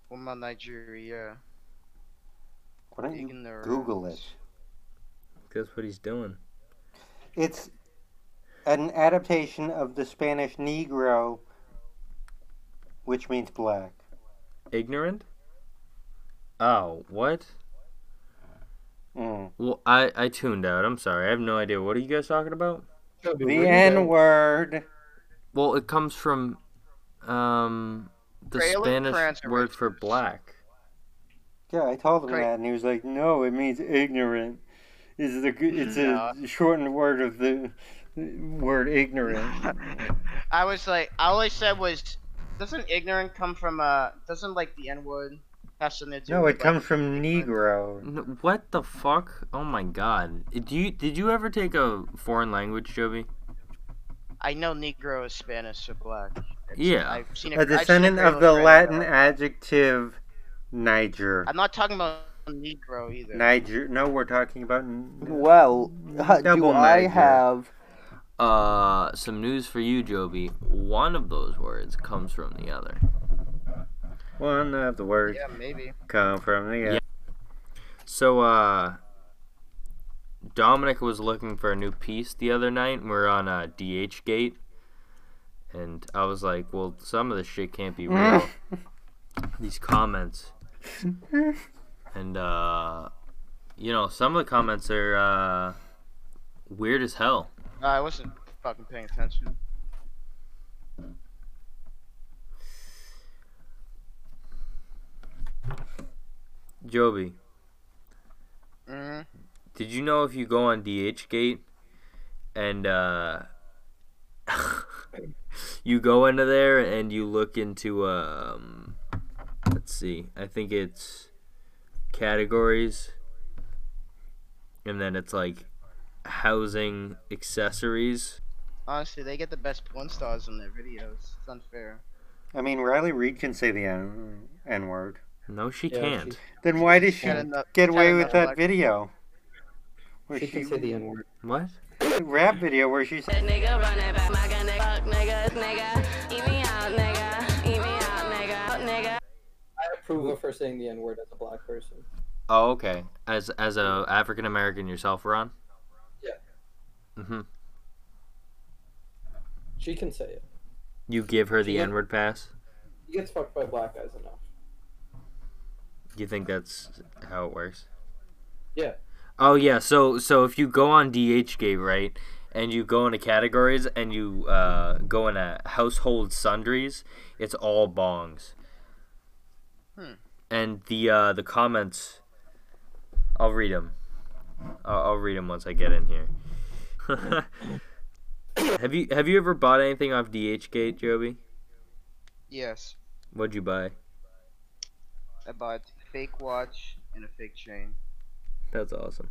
Speaker 5: What about Nigeria?
Speaker 2: Why don't you
Speaker 5: Ignorant.
Speaker 2: Google it?
Speaker 1: That's what he's doing.
Speaker 2: It's an adaptation of the Spanish Negro, which means black.
Speaker 1: Ignorant? Oh, what?
Speaker 2: Mm.
Speaker 1: Well, I, I tuned out. I'm sorry. I have no idea. What are you guys talking about?
Speaker 6: Toby, where
Speaker 2: The
Speaker 6: you
Speaker 2: N
Speaker 6: go?
Speaker 2: word.
Speaker 1: Well, it comes from um the
Speaker 5: Trailer
Speaker 1: Spanish
Speaker 5: France
Speaker 1: word for
Speaker 5: originals.
Speaker 1: black.
Speaker 2: Yeah, I told him
Speaker 5: Great.
Speaker 2: that, and he was like, "No, it means ignorant. Is the it's a shortened word of the word ignorant."
Speaker 5: I was like, all I said was, doesn't ignorant come from uh, doesn't like the N word have something to do?
Speaker 2: no,
Speaker 5: with
Speaker 2: it comes from Negro.
Speaker 1: N- What the fuck? Oh my god. Do you did you ever take a foreign language, Joby?
Speaker 5: I know Negro is Spanish for black.
Speaker 1: Yeah.
Speaker 5: I've seen it.
Speaker 2: A
Speaker 5: I've seen it
Speaker 2: descendant
Speaker 5: very
Speaker 2: of the
Speaker 5: little right now.
Speaker 2: Latin adjective Niger.
Speaker 5: I'm not talking about Negro either.
Speaker 2: Niger. No, we're talking about. n-
Speaker 7: Well, do
Speaker 2: Double
Speaker 7: I
Speaker 2: major.
Speaker 7: have
Speaker 1: Uh, some news for you, Joby. One of those words comes from the other.
Speaker 2: One of the words
Speaker 5: Yeah, maybe.
Speaker 2: come from the.
Speaker 1: Yeah. So, uh, Dominic was looking for a new piece the other night. and We're on uh, DH Gate. And I was like, well, some of this shit can't be real. These comments. and, uh, you know, some of the comments are, uh, weird as hell.
Speaker 5: No, Uh, I wasn't fucking paying attention.
Speaker 1: Joby,
Speaker 5: hmm
Speaker 1: Did you know if you go on DH Gate and uh, you go into there and you look into um, let's see, I think it's categories, and then it's like housing accessories.
Speaker 5: Honestly, they get the best porn stars on their videos. It's unfair.
Speaker 2: I mean, Riley Reed can say the N N word.
Speaker 1: No, she
Speaker 6: Yeah, she-
Speaker 1: can't.
Speaker 2: Then why did she
Speaker 5: Got enough-
Speaker 2: get
Speaker 5: got
Speaker 2: away
Speaker 5: enough
Speaker 2: with that
Speaker 5: luck.
Speaker 2: video? Where
Speaker 6: She
Speaker 2: she,
Speaker 6: can say the N word.
Speaker 1: What?
Speaker 2: rap video where she said,
Speaker 8: That nigga run it back. My gun, nigga. Fuck niggas, nigga. Eat me out, nigga. Eat me out, nigga. Fuck nigga.
Speaker 6: I approve of her saying the N word as a black person.
Speaker 1: Oh, okay. As as a African American yourself, Ron.
Speaker 6: Yeah.
Speaker 1: Mhm.
Speaker 6: She can say it.
Speaker 1: You give her the
Speaker 6: Yeah.
Speaker 1: N-word pass.
Speaker 6: He gets fucked by black guys enough.
Speaker 1: You think that's how it works?
Speaker 6: Yeah.
Speaker 1: Oh yeah. So so if you go on DHgate right, and you go into categories and you uh, go into household sundries, it's all bongs.
Speaker 5: Hmm.
Speaker 1: And the uh, the comments, I'll read them. I'll, I'll read them once I get in here. have you have you ever bought anything off DHgate, Joby?
Speaker 5: Yes,
Speaker 1: What'd you buy?
Speaker 5: I bought a fake watch and a fake chain.
Speaker 1: That's awesome.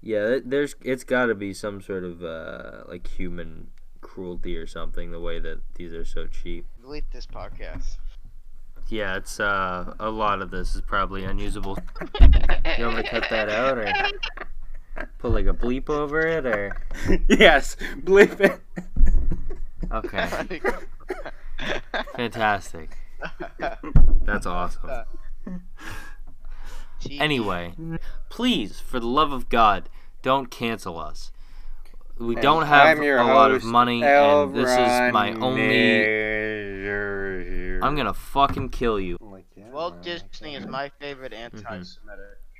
Speaker 1: Yeah, th- there's it's got to be some sort of uh, like human cruelty or something the way that these are so cheap.
Speaker 5: Delete this podcast.
Speaker 1: Yeah, it's uh, a lot of this is probably unusable. You want me to cut that out or put like a bleep over it or
Speaker 2: "Yes, believe it."
Speaker 1: okay,
Speaker 5: E
Speaker 1: fantastic. That's awesome.
Speaker 5: Gee,
Speaker 1: Anyway, please, for the love of God, don't cancel us. We don't have
Speaker 2: I'm your
Speaker 1: a lot of
Speaker 2: host,
Speaker 1: money,
Speaker 2: L.
Speaker 1: and this is my
Speaker 2: Ron
Speaker 1: only.
Speaker 2: Mayer here.
Speaker 1: I'm gonna fucking kill you.
Speaker 2: Like that,
Speaker 5: Walt
Speaker 2: right?
Speaker 5: Disney is my favorite anti-Semitic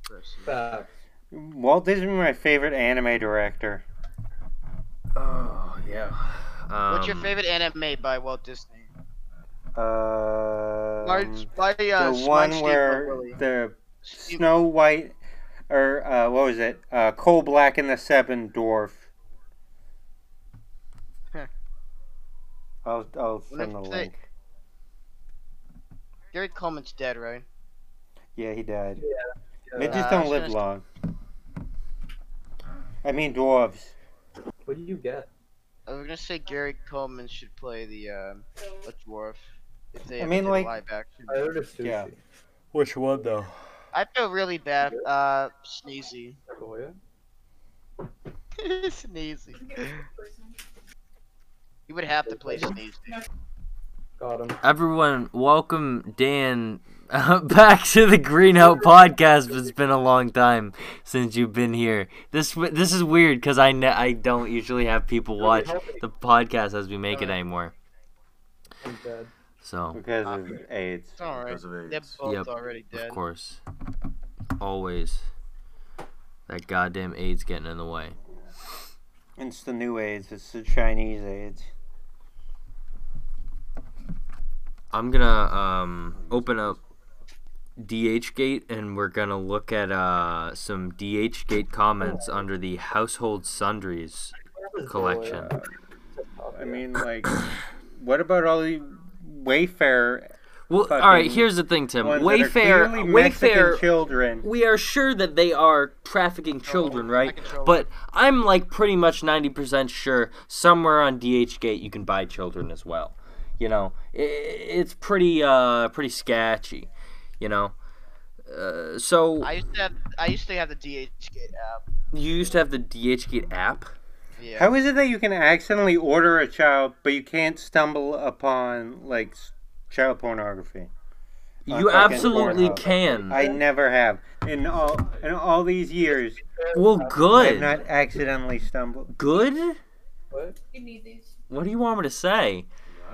Speaker 5: person.
Speaker 2: Uh,
Speaker 6: Facts.
Speaker 2: Walt Disney, is my favorite anime director.
Speaker 1: Oh yeah. Um,
Speaker 5: What's your favorite anime by Walt Disney?
Speaker 2: Um,
Speaker 5: Large, by uh,
Speaker 2: the
Speaker 5: Smudge
Speaker 2: um, one
Speaker 5: Deep
Speaker 2: where
Speaker 5: Willy.
Speaker 2: the Snow White, or uh, what was it? Uh, Coal Black and the Seven Dwarf.
Speaker 5: Huh.
Speaker 2: I'll, I'll
Speaker 5: What if
Speaker 2: send the
Speaker 5: they-
Speaker 2: link.
Speaker 5: Gary Coleman's dead, right?
Speaker 2: Yeah, he died.
Speaker 3: Yeah.
Speaker 2: Midgets
Speaker 5: Uh,
Speaker 2: don't live
Speaker 5: should've-
Speaker 2: long. I mean dwarves.
Speaker 3: What do you get?
Speaker 5: I was Uh, gonna say Gary Coleman should play the um, a dwarf. If they
Speaker 2: I
Speaker 5: ever
Speaker 2: mean,
Speaker 5: did
Speaker 2: like-
Speaker 5: live action.
Speaker 6: I ordered sushi.
Speaker 2: Yeah. Which one though?
Speaker 5: I feel really bad. Uh, sneezy.
Speaker 6: Koya?
Speaker 5: sneezy. You would have to play sneezy.
Speaker 6: Got him.
Speaker 1: Everyone, welcome Dan uh, back to the Greenout podcast. It's been a long time since you've been here. This w- this is weird because I ne- I don't usually have people watch the podcast as we make it anymore.
Speaker 6: I'm dead.
Speaker 1: So
Speaker 2: Because of AIDS.
Speaker 5: It's alright.
Speaker 7: Because of AIDS.
Speaker 5: They're both
Speaker 1: Yep,
Speaker 5: already
Speaker 1: of
Speaker 5: dead.
Speaker 1: course, always that goddamn AIDS getting in the way.
Speaker 2: It's the new AIDS. It's the Chinese AIDS.
Speaker 1: I'm gonna um, open up DH Gate and we're gonna look at uh, some DH Gate comments under the household sundries collection.
Speaker 2: I mean, like, what about all the Wayfair
Speaker 1: Well, all right.
Speaker 2: fucking
Speaker 1: Here's the thing, Tim.
Speaker 2: ones
Speaker 1: Wayfair,
Speaker 2: that are clearly Mexican
Speaker 1: Wayfair.
Speaker 2: children?
Speaker 1: we are sure that they are trafficking children, right?
Speaker 5: control
Speaker 1: But I'm like pretty much 90% sure somewhere on DHgate you can buy children as well. You know, I- it's pretty uh pretty sketchy, you know. Uh, so
Speaker 5: I used to have I used to have the DH gate app.
Speaker 1: you used to have the DHgate app?
Speaker 5: Yeah.
Speaker 2: How is it that you can accidentally order a child, but you can't stumble upon like s- child pornography? On
Speaker 1: you
Speaker 2: Uh, fucking
Speaker 1: absolutely
Speaker 2: Pornhub.
Speaker 1: can.
Speaker 2: I never have in all in all these years.
Speaker 1: well,
Speaker 2: I've
Speaker 1: good.
Speaker 2: not accidentally stumbled.
Speaker 1: good?
Speaker 6: What?
Speaker 1: What do you want me to say?
Speaker 7: Yeah,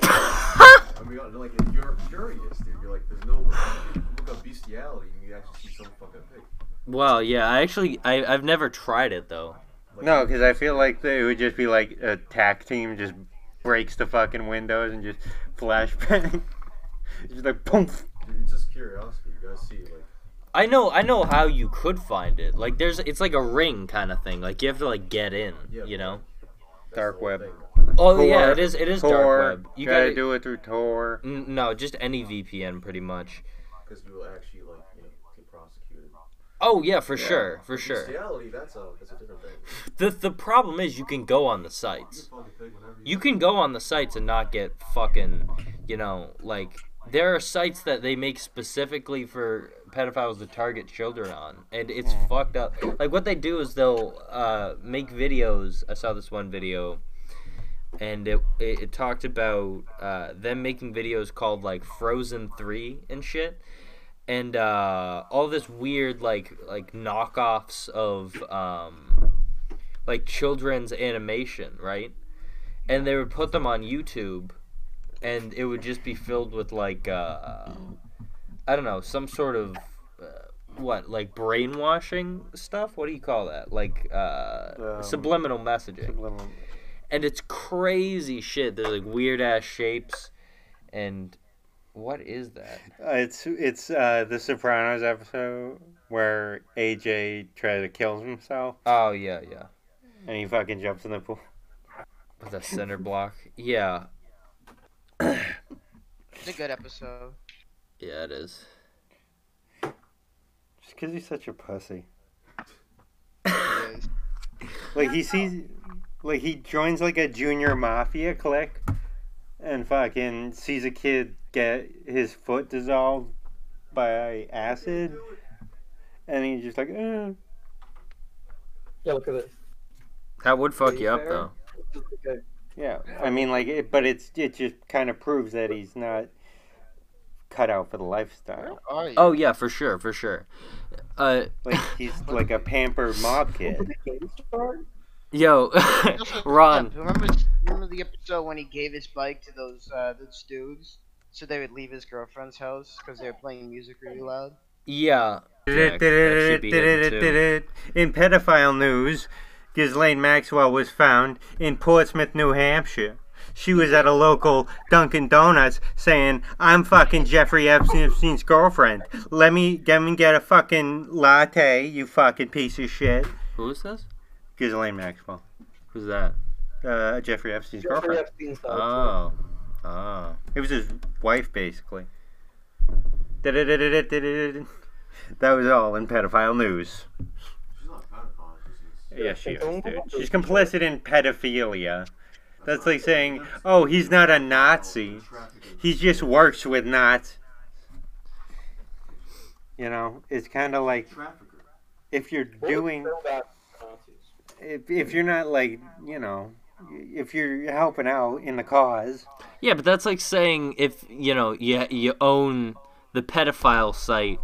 Speaker 7: tried. I mean, like, if you're curious, dude. You're like, there's no look up bestiality, and you actually see some fucking pig.
Speaker 1: Well, yeah, I actually I, I've never tried it though.
Speaker 2: No, because I feel like they- it would just be like a tack team just breaks the fucking windows and just flashbang. just like boom.
Speaker 7: Dude, It's just curiosity. You gotta see, like,
Speaker 1: I know, I know how you could find it. Like there's, it's like a ring kind of thing. Like you have to like get in,
Speaker 7: Yeah.
Speaker 1: you know.
Speaker 7: that's
Speaker 2: Dark
Speaker 7: the whole
Speaker 2: web.
Speaker 7: thing.
Speaker 1: Oh
Speaker 2: Tor,
Speaker 1: yeah, it is. It is
Speaker 2: Tor.
Speaker 1: dark web. You
Speaker 2: gotta,
Speaker 1: gotta, do
Speaker 2: do it through Tor.
Speaker 1: n No, just any VPN, pretty much.
Speaker 7: Because you will actually, like, you know, get prosecuted.
Speaker 1: Oh yeah, for sure, for sure.
Speaker 7: Bestiality, that's a, that's a different thing.
Speaker 1: The the problem is you can go on the
Speaker 7: You
Speaker 1: sites.
Speaker 7: can fuck a pig whenever you
Speaker 1: You can go on the sites and not get fucking, you know, like there are sites that they make specifically for pedophiles to target children on, and it's fucked up. Like what they do is they'll uh, make videos. I saw this one video. and it, it, it talked about uh, them making videos called like Frozen Three and shit, and uh, all this weird like like knockoffs of um, like children's animation, right? And they would put them on YouTube, and it would just be filled with like uh, I don't know some sort of uh, what like brainwashing stuff. What do you call that? Like uh,
Speaker 2: Um,
Speaker 1: subliminal messaging
Speaker 2: Subliminal.
Speaker 1: and it's crazy shit. There's like weird ass shapes, and what is that?
Speaker 2: Uh, it's it's uh, the Sopranos episode where AJ tries to kill himself
Speaker 1: Oh yeah, yeah,
Speaker 2: and he fucking jumps in the pool.
Speaker 1: with a center block. Yeah,
Speaker 5: It's a good episode.
Speaker 1: yeah, it is.
Speaker 2: Just because he's such a pussy.
Speaker 5: It is.
Speaker 2: Like he sees, like he joins like a junior mafia clique, and fucking sees a kid get his foot dissolved by acid, and he's just like, eh.
Speaker 6: Yeah, look at this.
Speaker 1: That would fuck
Speaker 6: Are
Speaker 1: you up
Speaker 6: there?
Speaker 1: though.
Speaker 6: This is like
Speaker 2: yeah. I mean, like, it, but it's it just kind of proves that he's not cut out for the lifestyle.
Speaker 5: Are you?
Speaker 1: Oh yeah, for sure, for sure. Uh,
Speaker 2: Like he's like a pampered mob kid.
Speaker 6: a game store?
Speaker 1: yo,
Speaker 5: Also,
Speaker 1: Ron.
Speaker 5: Remember, remember the episode when he gave his bike to those uh, those dudes, so they would leave his girlfriend's house because they were playing music really loud.
Speaker 1: Yeah. Yeah, that should be hidden, too.
Speaker 2: In pedophile news, Ghislaine Maxwell was found in Portsmouth, New Hampshire. she was at a local Dunkin' Donuts saying, "I'm fucking Jeffrey Epstein's girlfriend. Let me let me get a fucking latte, you fucking piece of shit."
Speaker 1: Who is this?
Speaker 2: Ghislaine Maxwell,
Speaker 1: Who's that?
Speaker 2: uh, Jeffrey Epstein's
Speaker 6: Jeffrey
Speaker 2: girlfriend.
Speaker 6: Epstein's side.
Speaker 1: Oh. Oh.
Speaker 2: It was his wife, basically. That was all in pedophile news.
Speaker 7: She's not a pedophile. She's just,
Speaker 2: Yeah, she
Speaker 6: Don't
Speaker 2: is,
Speaker 6: come
Speaker 2: dude.
Speaker 6: up with
Speaker 2: She's complicit in pedophilia. That's like saying, oh, he's not a Nazi. He just works with Nazis. You know, it's kind of like
Speaker 7: trafficker.
Speaker 2: if you're
Speaker 6: What was
Speaker 2: doing,
Speaker 6: the throwback to Nazis?
Speaker 2: if, if you're not like, you know, if you're helping out in the cause,
Speaker 1: Yeah, but that's like saying if you know you you own the pedophile site,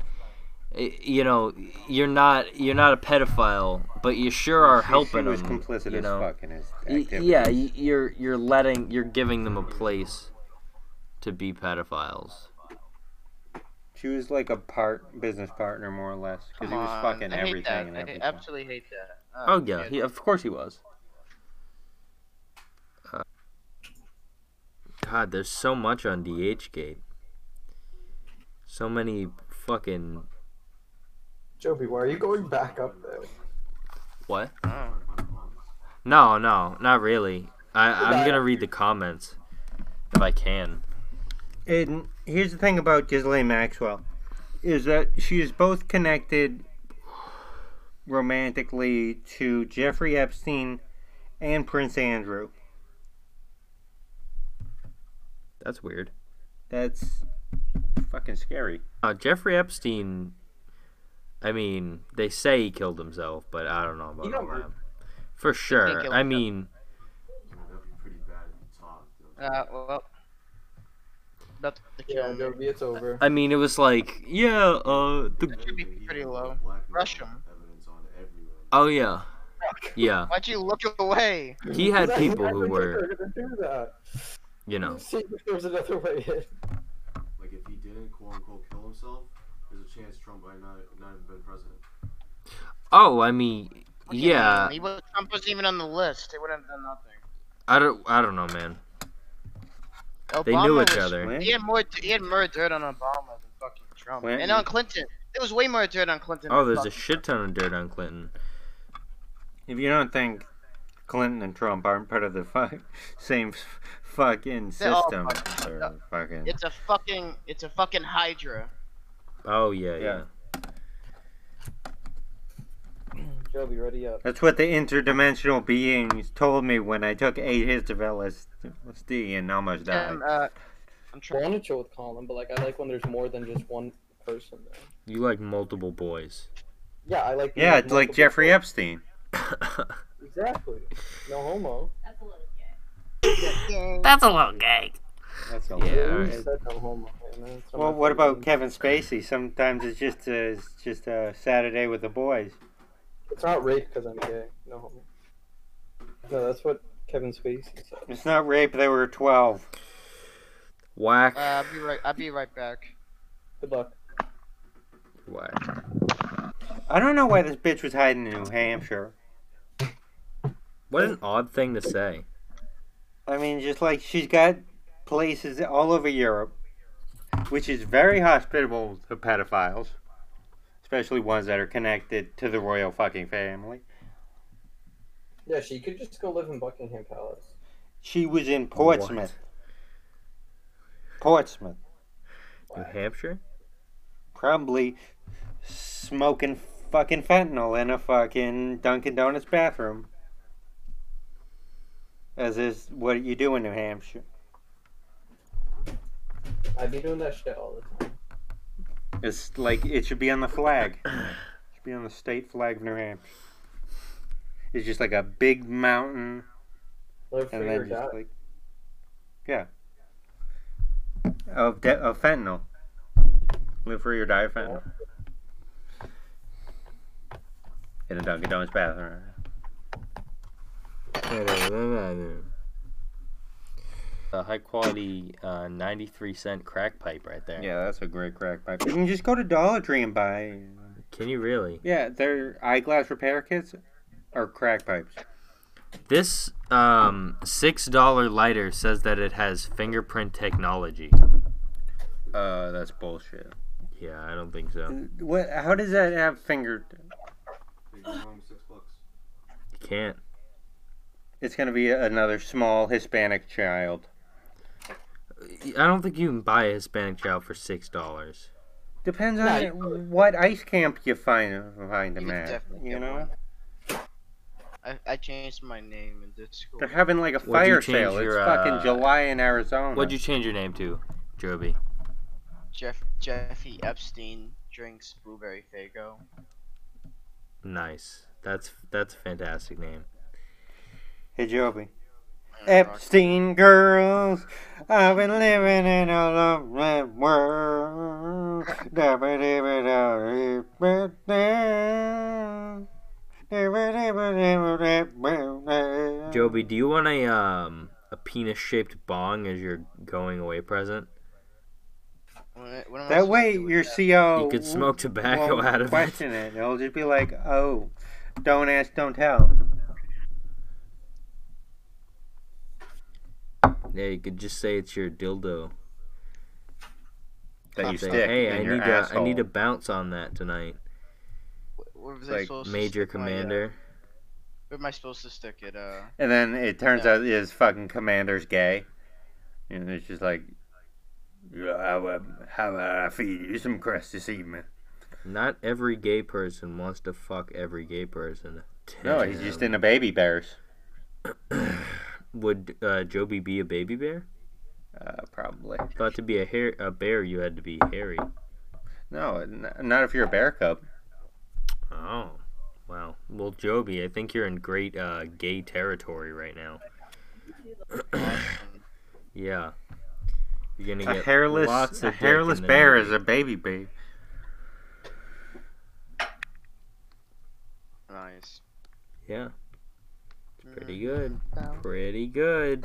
Speaker 1: i- you know you're not you're not a pedophile, but you sure are
Speaker 2: she-
Speaker 1: helping
Speaker 2: she was
Speaker 1: them.
Speaker 2: complicit
Speaker 1: you
Speaker 2: as
Speaker 1: know,
Speaker 2: fuck in his
Speaker 1: Y-
Speaker 2: activity.
Speaker 1: yeah, y- you're you're letting you're giving them a place to be pedophiles.
Speaker 2: She was like a part business partner, more or less, because he was
Speaker 5: Come on,
Speaker 2: fucking
Speaker 5: I hate
Speaker 2: everything
Speaker 5: that.
Speaker 2: and
Speaker 5: I hate-
Speaker 2: everything.
Speaker 5: absolutely hate that. Um,
Speaker 1: Oh yeah, he, of course he was. Uh, God, there's so much on DHgate. So many fucking
Speaker 6: Joby, why are you going back up there?
Speaker 1: What? No, no, not really. I, I'm gonna read the comments if I can.
Speaker 2: And here's the thing about Ghislaine Maxwell is that she is both connected romantically to Jeffrey Epstein and Prince Andrew.
Speaker 1: That's weird.
Speaker 2: That's fucking scary.
Speaker 1: Uh, Jeffrey Epstein. I mean, they say he killed himself, but I don't know about
Speaker 6: You know,
Speaker 1: all that. For sure.
Speaker 5: kill
Speaker 1: I
Speaker 5: himself.
Speaker 1: mean,
Speaker 7: You know, that'd be pretty bad if you talked. you know.
Speaker 5: Uh, well, about to kill
Speaker 6: Yeah,
Speaker 5: me.
Speaker 6: Joby, it's over.
Speaker 1: I mean, it was like, yeah, uh, the,
Speaker 5: That should be pretty low.
Speaker 7: Black and
Speaker 5: Rush
Speaker 7: white
Speaker 5: 'em.
Speaker 7: Evidence on everyone.
Speaker 1: oh yeah, yeah.
Speaker 5: Why'd you look away?
Speaker 1: He had
Speaker 6: Because I
Speaker 1: people
Speaker 6: never
Speaker 1: who
Speaker 6: think
Speaker 1: were,
Speaker 6: they're gonna do that.
Speaker 1: you know,
Speaker 6: See if there's another way in.
Speaker 7: Like if he didn't quote unquote kill himself, there's a chance Trump might not not even been president.
Speaker 1: oh, I mean, yeah.
Speaker 5: He was, Trump wasn't even on the list. They would have done nothing.
Speaker 1: I don't, I don't know, man. They
Speaker 5: Obama
Speaker 1: knew each
Speaker 5: was-
Speaker 1: other.
Speaker 5: He had more. He had more dirt on Obama than fucking Trump,
Speaker 2: Clinton.
Speaker 5: and on Clinton. There was way more dirt on Clinton.
Speaker 1: Oh,
Speaker 5: than
Speaker 1: there's a
Speaker 5: fucking-
Speaker 1: shit ton of dirt on Clinton.
Speaker 2: If you don't think Clinton and Trump aren't part of the fu- same f- fucking
Speaker 5: They're all
Speaker 2: system,
Speaker 5: fucking-
Speaker 2: they're fucking
Speaker 5: It's a fucking. It's a fucking Hydra.
Speaker 1: Oh yeah, yeah.
Speaker 2: Yeah.
Speaker 6: Joby, ready up.
Speaker 2: That's what the interdimensional beings told me when I took eight hits of LSD and almost died.
Speaker 5: Um, uh, I'm
Speaker 6: I
Speaker 5: trying.
Speaker 6: want to chill with Colin, but like I like when there's more than just one person there.
Speaker 1: You like multiple boys.
Speaker 6: Yeah, I like.
Speaker 2: Yeah, it's like
Speaker 6: multiple-
Speaker 2: Jeffrey Epstein.
Speaker 6: Exactly. No homo.
Speaker 5: Uh,
Speaker 8: That's a little gay.
Speaker 2: That's a
Speaker 1: Yeah,
Speaker 6: You
Speaker 1: alright.
Speaker 6: said no homo. and that's
Speaker 2: Well,
Speaker 6: my
Speaker 2: what about
Speaker 6: favorite.
Speaker 2: Kevin Spacey? Sometimes it's just a, it's just a Saturday with the boys.
Speaker 6: It's not rape because I'm gay. No homo. No, that's what Kevin Spacey said.
Speaker 2: It's not rape. They were twelve.
Speaker 1: Whack.
Speaker 5: Uh, I'll be right. I'll be right back.
Speaker 6: Good luck.
Speaker 1: Whack.
Speaker 2: I don't know why this bitch was hiding in New Hampshire.
Speaker 1: What an odd thing to say.
Speaker 2: I mean, just like she's got places all over Europe, which is very hospitable to pedophiles, especially ones that are connected to the royal fucking family.
Speaker 6: Yeah, she could just go live in Buckingham Palace.
Speaker 2: She was in Portsmouth. Portsmouth,
Speaker 1: New Hampshire?
Speaker 2: probably smoking fucking fentanyl in a fucking Dunkin' Donuts bathroom. As is what you do in New Hampshire.
Speaker 6: I'd be doing that shit all the time.
Speaker 2: It's like it should be on the flag. It should be on the state flag of New Hampshire. It's just like a big mountain
Speaker 6: Live for
Speaker 2: and
Speaker 6: your
Speaker 2: then just
Speaker 6: dad.
Speaker 2: like Yeah. Of de- of fentanyl. Live free or die of fentanyl. In a Dunkin' Donuts bathroom.
Speaker 1: A high quality uh, 93 cent crack pipe right there.
Speaker 2: Yeah, that's a great crack pipe. You can just go to Dollar Tree and buy
Speaker 1: Can you really?
Speaker 2: Yeah, their eyeglass repair kits are crack pipes.
Speaker 1: This um, six dollar lighter says that it has fingerprint technology.
Speaker 2: Uh, that's bullshit.
Speaker 1: Yeah, I don't think so.
Speaker 2: Uh, What? How does that have finger?
Speaker 7: Take home six bucks.
Speaker 1: Can't.
Speaker 2: It's gonna be another small Hispanic child.
Speaker 1: I don't think you can buy a Hispanic child for six dollars.
Speaker 2: Depends on
Speaker 6: No, you-
Speaker 2: what ice camp you find find them
Speaker 5: You
Speaker 2: at.
Speaker 5: definitely
Speaker 2: You
Speaker 5: get
Speaker 2: know,
Speaker 5: one. I, I changed my name in Discord.
Speaker 2: they're having like a
Speaker 1: What'd you
Speaker 2: fire
Speaker 1: change
Speaker 2: sale.
Speaker 1: your,
Speaker 2: it's
Speaker 1: uh,
Speaker 2: fucking July in Arizona.
Speaker 1: What'd you change your name to, Joby?
Speaker 5: Jeff Jeffy Epstein drinks blueberry Fago.
Speaker 1: Nice. That's that's a fantastic name.
Speaker 2: Hey Joby.
Speaker 5: And Rock-
Speaker 2: Epstein girls, I've been living in a lovely world.
Speaker 1: Joby, do you want a um a penis shaped bong as your going away present?
Speaker 5: What, what am I
Speaker 2: That
Speaker 5: supposed
Speaker 2: way,
Speaker 5: to do with
Speaker 2: your
Speaker 5: that?
Speaker 2: CO.
Speaker 1: You could smoke tobacco
Speaker 2: won't
Speaker 1: out of it.
Speaker 2: Oh, question it. It'll just be like, oh, don't ask, don't tell.
Speaker 1: Yeah, you could just say it's your dildo.
Speaker 2: That you
Speaker 1: Say,
Speaker 2: stick
Speaker 1: hey,
Speaker 2: in
Speaker 1: I
Speaker 2: your
Speaker 1: need to I
Speaker 2: asshole.
Speaker 1: need to bounce on that tonight,
Speaker 5: Wh- Where was I
Speaker 2: like
Speaker 5: supposed
Speaker 1: Major
Speaker 5: to stick my, uh,
Speaker 1: Commander.
Speaker 5: where am I supposed to stick it? Uh,
Speaker 2: And then it turns
Speaker 5: Yeah.
Speaker 2: out his fucking commander's gay. And it's just like, "Yeah, how, uh, how about I feed you some crust this evening?
Speaker 1: Not every gay person wants to fuck every gay person.
Speaker 2: No, he's just
Speaker 1: Damn.
Speaker 2: in a baby bears.
Speaker 1: Would uh, Joby be a baby bear?
Speaker 2: Uh, probably.
Speaker 1: Thought to be a hair a bear, you had to be hairy.
Speaker 2: No, n- not if you're a bear cub.
Speaker 1: Oh, wow. Well, Joby, I think you're in great uh, gay territory right now.
Speaker 5: awesome.
Speaker 1: Yeah, you're gonna
Speaker 2: A
Speaker 1: get
Speaker 2: hairless,
Speaker 1: lots
Speaker 2: a
Speaker 1: of dick
Speaker 2: hairless
Speaker 1: in the
Speaker 2: bear
Speaker 1: movie.
Speaker 2: is a baby babe.
Speaker 5: nice. Hmm.
Speaker 1: yeah, pretty good, pretty good,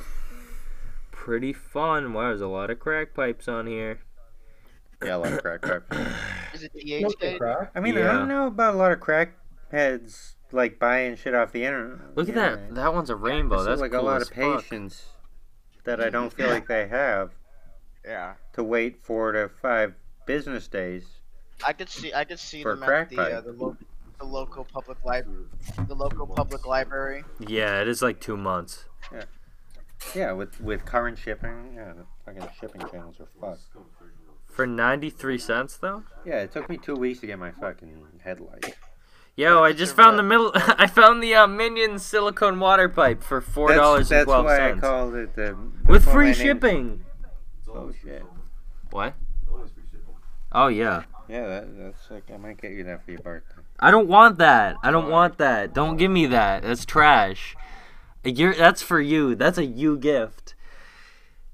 Speaker 1: pretty fun. Wow, there's a lot of crack pipes on here.
Speaker 2: Yeah, a lot of crack pipes.
Speaker 5: Is it E
Speaker 6: Smoke the
Speaker 5: DHA?
Speaker 6: crack.
Speaker 2: I mean, I
Speaker 1: Yeah.
Speaker 2: don't know about a lot of crack heads like buying shit off the internet.
Speaker 1: Look at that. That one's a rainbow.
Speaker 2: This
Speaker 1: That's
Speaker 2: is like
Speaker 1: cool
Speaker 2: a lot
Speaker 1: as
Speaker 2: of
Speaker 1: fuck.
Speaker 2: patience that I don't feel like they have
Speaker 5: Yeah.
Speaker 2: to wait four to five business days.
Speaker 5: I could see I could see
Speaker 2: For
Speaker 5: them
Speaker 2: crack
Speaker 5: at the, uh,
Speaker 2: pipe.
Speaker 5: the, lo- the local public library the local public library.
Speaker 1: Yeah, it is like two months.
Speaker 2: Yeah, with with current shipping, yeah, the fucking shipping channels are fucked.
Speaker 1: For 93 cents, though?
Speaker 2: Yeah, it took me two weeks to get my fucking headlight.
Speaker 1: Yo, I
Speaker 5: is
Speaker 1: just
Speaker 5: your
Speaker 1: found
Speaker 5: rep?
Speaker 1: the middle. I found the uh, Minion silicone water pipe for four dollars and
Speaker 2: That's, that's
Speaker 1: twelve
Speaker 2: why I
Speaker 1: cents
Speaker 2: called it the
Speaker 1: with
Speaker 2: that's why my
Speaker 1: free
Speaker 2: name-
Speaker 1: shipping.
Speaker 7: It's always free
Speaker 2: shit.
Speaker 7: shipping.
Speaker 1: What?
Speaker 7: Always free shipping.
Speaker 1: Oh yeah.
Speaker 2: Yeah, that, that's sick. I might get you that for your birthday.
Speaker 1: I don't want that. I don't want that. Don't give me that. That's trash. You're, that's for you. That's a you gift.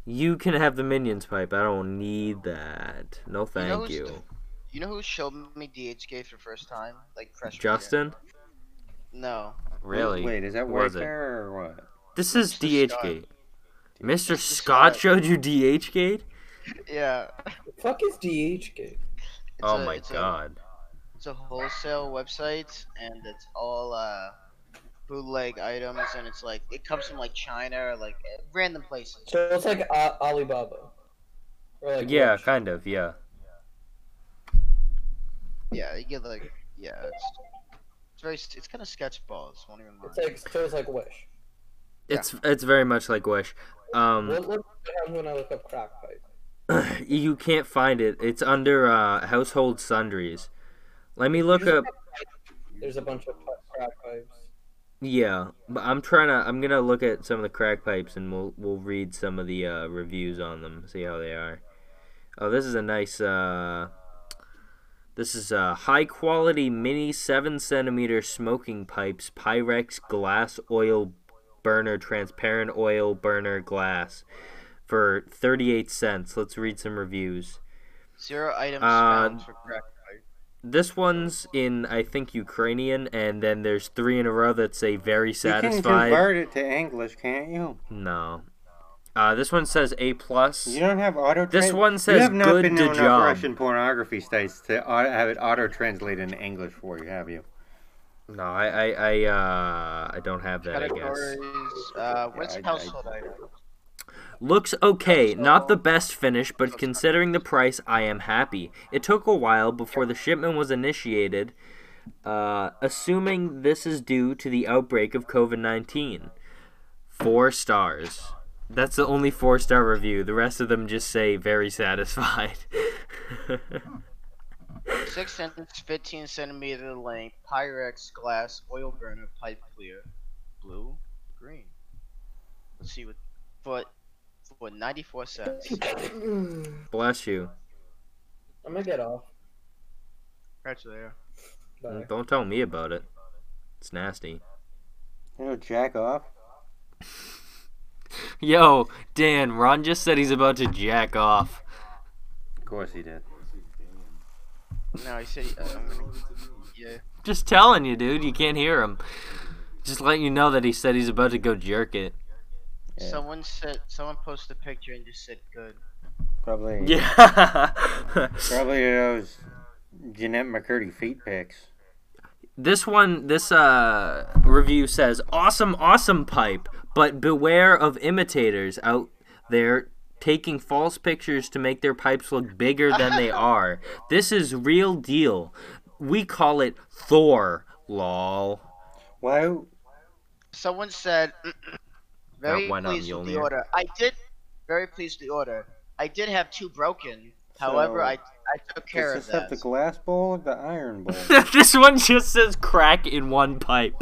Speaker 1: You can have the minions pipe. I don't need that. No, thank
Speaker 5: who's-
Speaker 1: you.
Speaker 5: You know who showed me DHA for the first time? Like freshman year?
Speaker 1: Justin,
Speaker 5: No.
Speaker 1: really?
Speaker 2: Wait, is that
Speaker 1: Who was it?
Speaker 2: Wayfair or what?
Speaker 1: This is
Speaker 5: Mr.
Speaker 1: DHgate. Mr.
Speaker 5: Scott.
Speaker 1: Scott showed you DHgate.
Speaker 5: Yeah.
Speaker 6: fuck is DHgate?
Speaker 5: It's
Speaker 1: Oh
Speaker 5: a-
Speaker 1: my
Speaker 5: it's a-
Speaker 1: god.
Speaker 5: it's a wholesale website and it's all uh bootleg items and it's like it comes from like China or like eh, random places.
Speaker 6: So it's like uh, Alibaba. Or like
Speaker 1: Yeah,
Speaker 6: Wish.
Speaker 1: kind of. Yeah.
Speaker 5: Yeah, you get like yeah, it's it's very s- it's kind of sketch balls. Won't even lie.
Speaker 6: It's like so it's like Wish.
Speaker 1: It's it's very much like Wish.
Speaker 2: Mm.
Speaker 1: Um,
Speaker 6: What, what happens when I look up crack pipe?
Speaker 1: you can't find it. It's under uh, household sundries. Let me look up.
Speaker 6: There's a bunch of crack pipes.
Speaker 1: Yeah, but I'm trying to. I'm gonna look at some of the crack pipes and we'll we'll read some of the uh, reviews on them. See how they are. Oh, this is a nice. Uh, this is a high quality mini seven centimeter smoking pipes Pyrex glass oil burner transparent oil burner glass for 38 cents. Let's read some reviews.
Speaker 5: Zero items
Speaker 1: Uh,
Speaker 5: found for crack pipe.
Speaker 1: This one's in I think Ukrainian, and then there's three in a row that say very
Speaker 2: You can
Speaker 1: satisfied.
Speaker 2: convert it to English, can't you?
Speaker 1: No. Uh, this one says A plus.
Speaker 2: You don't have auto.
Speaker 1: This
Speaker 2: tran-
Speaker 1: one
Speaker 2: you
Speaker 1: says
Speaker 2: have not
Speaker 1: good
Speaker 2: been
Speaker 1: to
Speaker 2: to enough
Speaker 1: job.
Speaker 2: Russian pornography sites to au- have it auto translate into English for you, have you?
Speaker 1: No, I I I, uh, I don't have that. I guess
Speaker 5: Categories. Uh, what's
Speaker 2: I- I-
Speaker 5: household item?
Speaker 1: looks okay. Not the best finish, but considering the price, I am happy. It took a while before the shipment was initiated. Uh, assuming this is due to the outbreak of COVID nineteen. Four stars. That's the only four star review. The rest of them just say very satisfied.
Speaker 5: Six inch, fifteen centimeter length, Pyrex glass, oil burner, pipe clear, blue, green. Let's see what for for ninety four cents.
Speaker 6: I'm
Speaker 1: Bless you.
Speaker 6: gonna get off.
Speaker 5: Catch you later.
Speaker 6: Bye.
Speaker 1: Don't tell me about it. It's nasty.
Speaker 2: It'll jack off.
Speaker 1: Yo, Dan, Ron just said he's about to jack off.
Speaker 2: Of course he did.
Speaker 5: No, he said. Uh, I'm gonna- yeah.
Speaker 1: Just telling you, dude, you can't hear him. Just letting you know that he said he's about to go jerk it.
Speaker 2: Yeah.
Speaker 5: Someone said. Someone posted a picture and just said good.
Speaker 2: Probably.
Speaker 1: Yeah.
Speaker 2: Probably those Jeanette McCurdy feet pics.
Speaker 1: this one, this uh review says, "Awesome, awesome pipe, but beware of imitators out there." Taking false pictures to make their pipes look bigger than they are. This is real deal. We call it Thor. Lol.
Speaker 2: Why?
Speaker 5: Someone said. very
Speaker 1: why not
Speaker 5: pleased with the
Speaker 1: Mjolnir?
Speaker 5: order. I did. Very pleased with the order. I did have two broken. However,
Speaker 2: So,
Speaker 5: I I took care
Speaker 2: Does
Speaker 5: of
Speaker 2: this have
Speaker 5: that.
Speaker 2: the glass bowl or the iron bowl?
Speaker 1: this one just says crack in one pipe.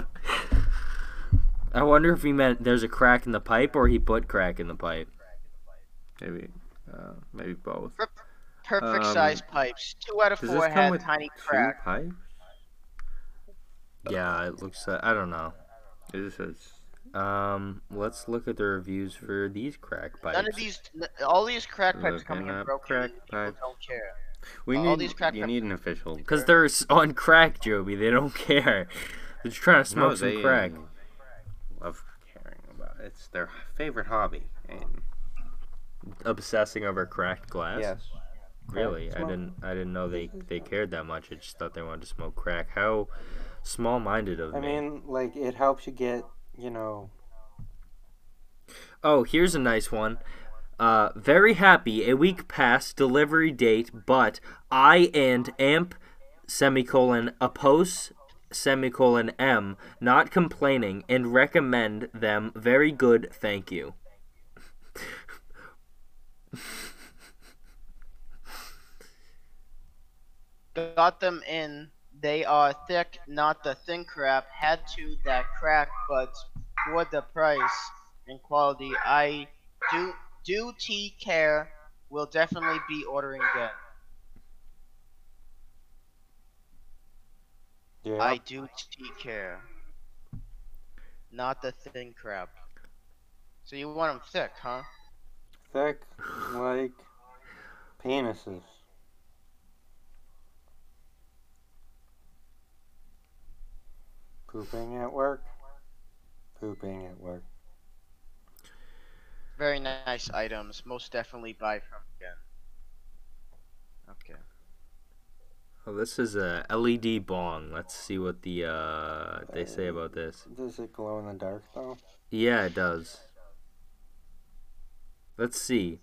Speaker 1: I wonder if he meant there's a crack in the pipe or he put crack in the pipe. Maybe, uh, maybe both.
Speaker 5: Perfect
Speaker 1: um,
Speaker 5: size pipes. Two out of
Speaker 1: Does this
Speaker 5: four
Speaker 1: come
Speaker 5: had
Speaker 1: with
Speaker 5: tiny
Speaker 1: two
Speaker 5: crack.
Speaker 1: pipes? Yeah, it looks. Uh, I don't know. It just says. Um, let's look at the reviews for these crack pipes.
Speaker 5: None of these, n- all these crack pipes
Speaker 2: Looking
Speaker 5: coming in
Speaker 2: up
Speaker 5: broken.
Speaker 2: crack
Speaker 5: and people
Speaker 2: pipes.
Speaker 5: don't care.
Speaker 2: We
Speaker 5: All
Speaker 2: need.
Speaker 5: these crack
Speaker 2: you
Speaker 5: pipes.
Speaker 2: need an official.
Speaker 1: Because they're s- on crack, Joby. They don't care. They're just trying to smoke
Speaker 2: No,
Speaker 1: some
Speaker 2: they um,
Speaker 1: crack.
Speaker 5: uh,
Speaker 2: Love caring about. It's their favorite hobby. And
Speaker 1: Obsessing over cracked glass. Really, I
Speaker 2: Smoke.
Speaker 1: didn't. I didn't know they they cared that much. I just thought they wanted to smoke crack. How small-minded of
Speaker 2: I
Speaker 1: me.
Speaker 2: mean, like it helps you get, you know,
Speaker 1: Oh, here's a nice one. Uh, very happy. A week past delivery date, but I and amp semicolon oppose semicolon m not complaining and recommend them. Very good. Thank you.
Speaker 5: Got them in. They are thick, not the thin crap. Had to that crack, but for the price and quality, I do do tea care. Will definitely be ordering again.
Speaker 2: yeah.
Speaker 5: I do tea care, not the thin crap. So you want them thick, huh?
Speaker 2: thick like penises. Pooping at work. Pooping at work.
Speaker 5: Very nice items. Most definitely buy from again. Okay.
Speaker 1: Well, Oh, this is a LED bong. Let's see what the uh, they say about this.
Speaker 2: Does it glow in the dark though?
Speaker 1: Yeah, it does. Let's see.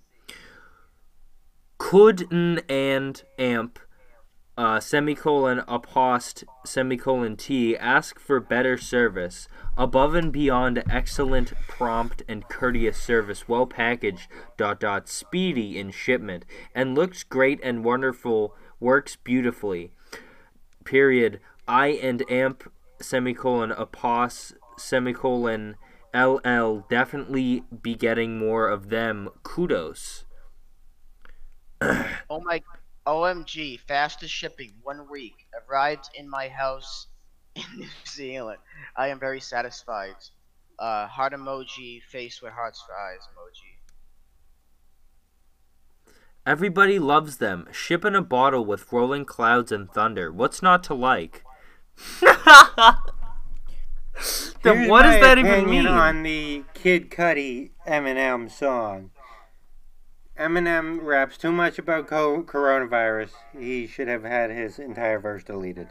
Speaker 1: Could n and amp uh, semicolon apost semicolon t ask for better service above and beyond excellent prompt and courteous service well packaged dot dot speedy in shipment and looks great and wonderful works beautifully period i and amp semicolon apos semicolon ll definitely be getting more of them kudos
Speaker 5: Oh my. OMG! Fastest shipping. One week. Arrived in my house in New Zealand. I am very satisfied. Uh, heart emoji. Face with hearts for eyes emoji.
Speaker 1: everybody loves them ship in a bottle with rolling clouds and thunder what's not to like then
Speaker 2: Here's
Speaker 1: what does
Speaker 2: my
Speaker 1: that even
Speaker 2: opinion
Speaker 1: mean
Speaker 2: On the Kid Cudi Eminem song, Eminem raps too much about co- coronavirus. He should have had his entire verse deleted.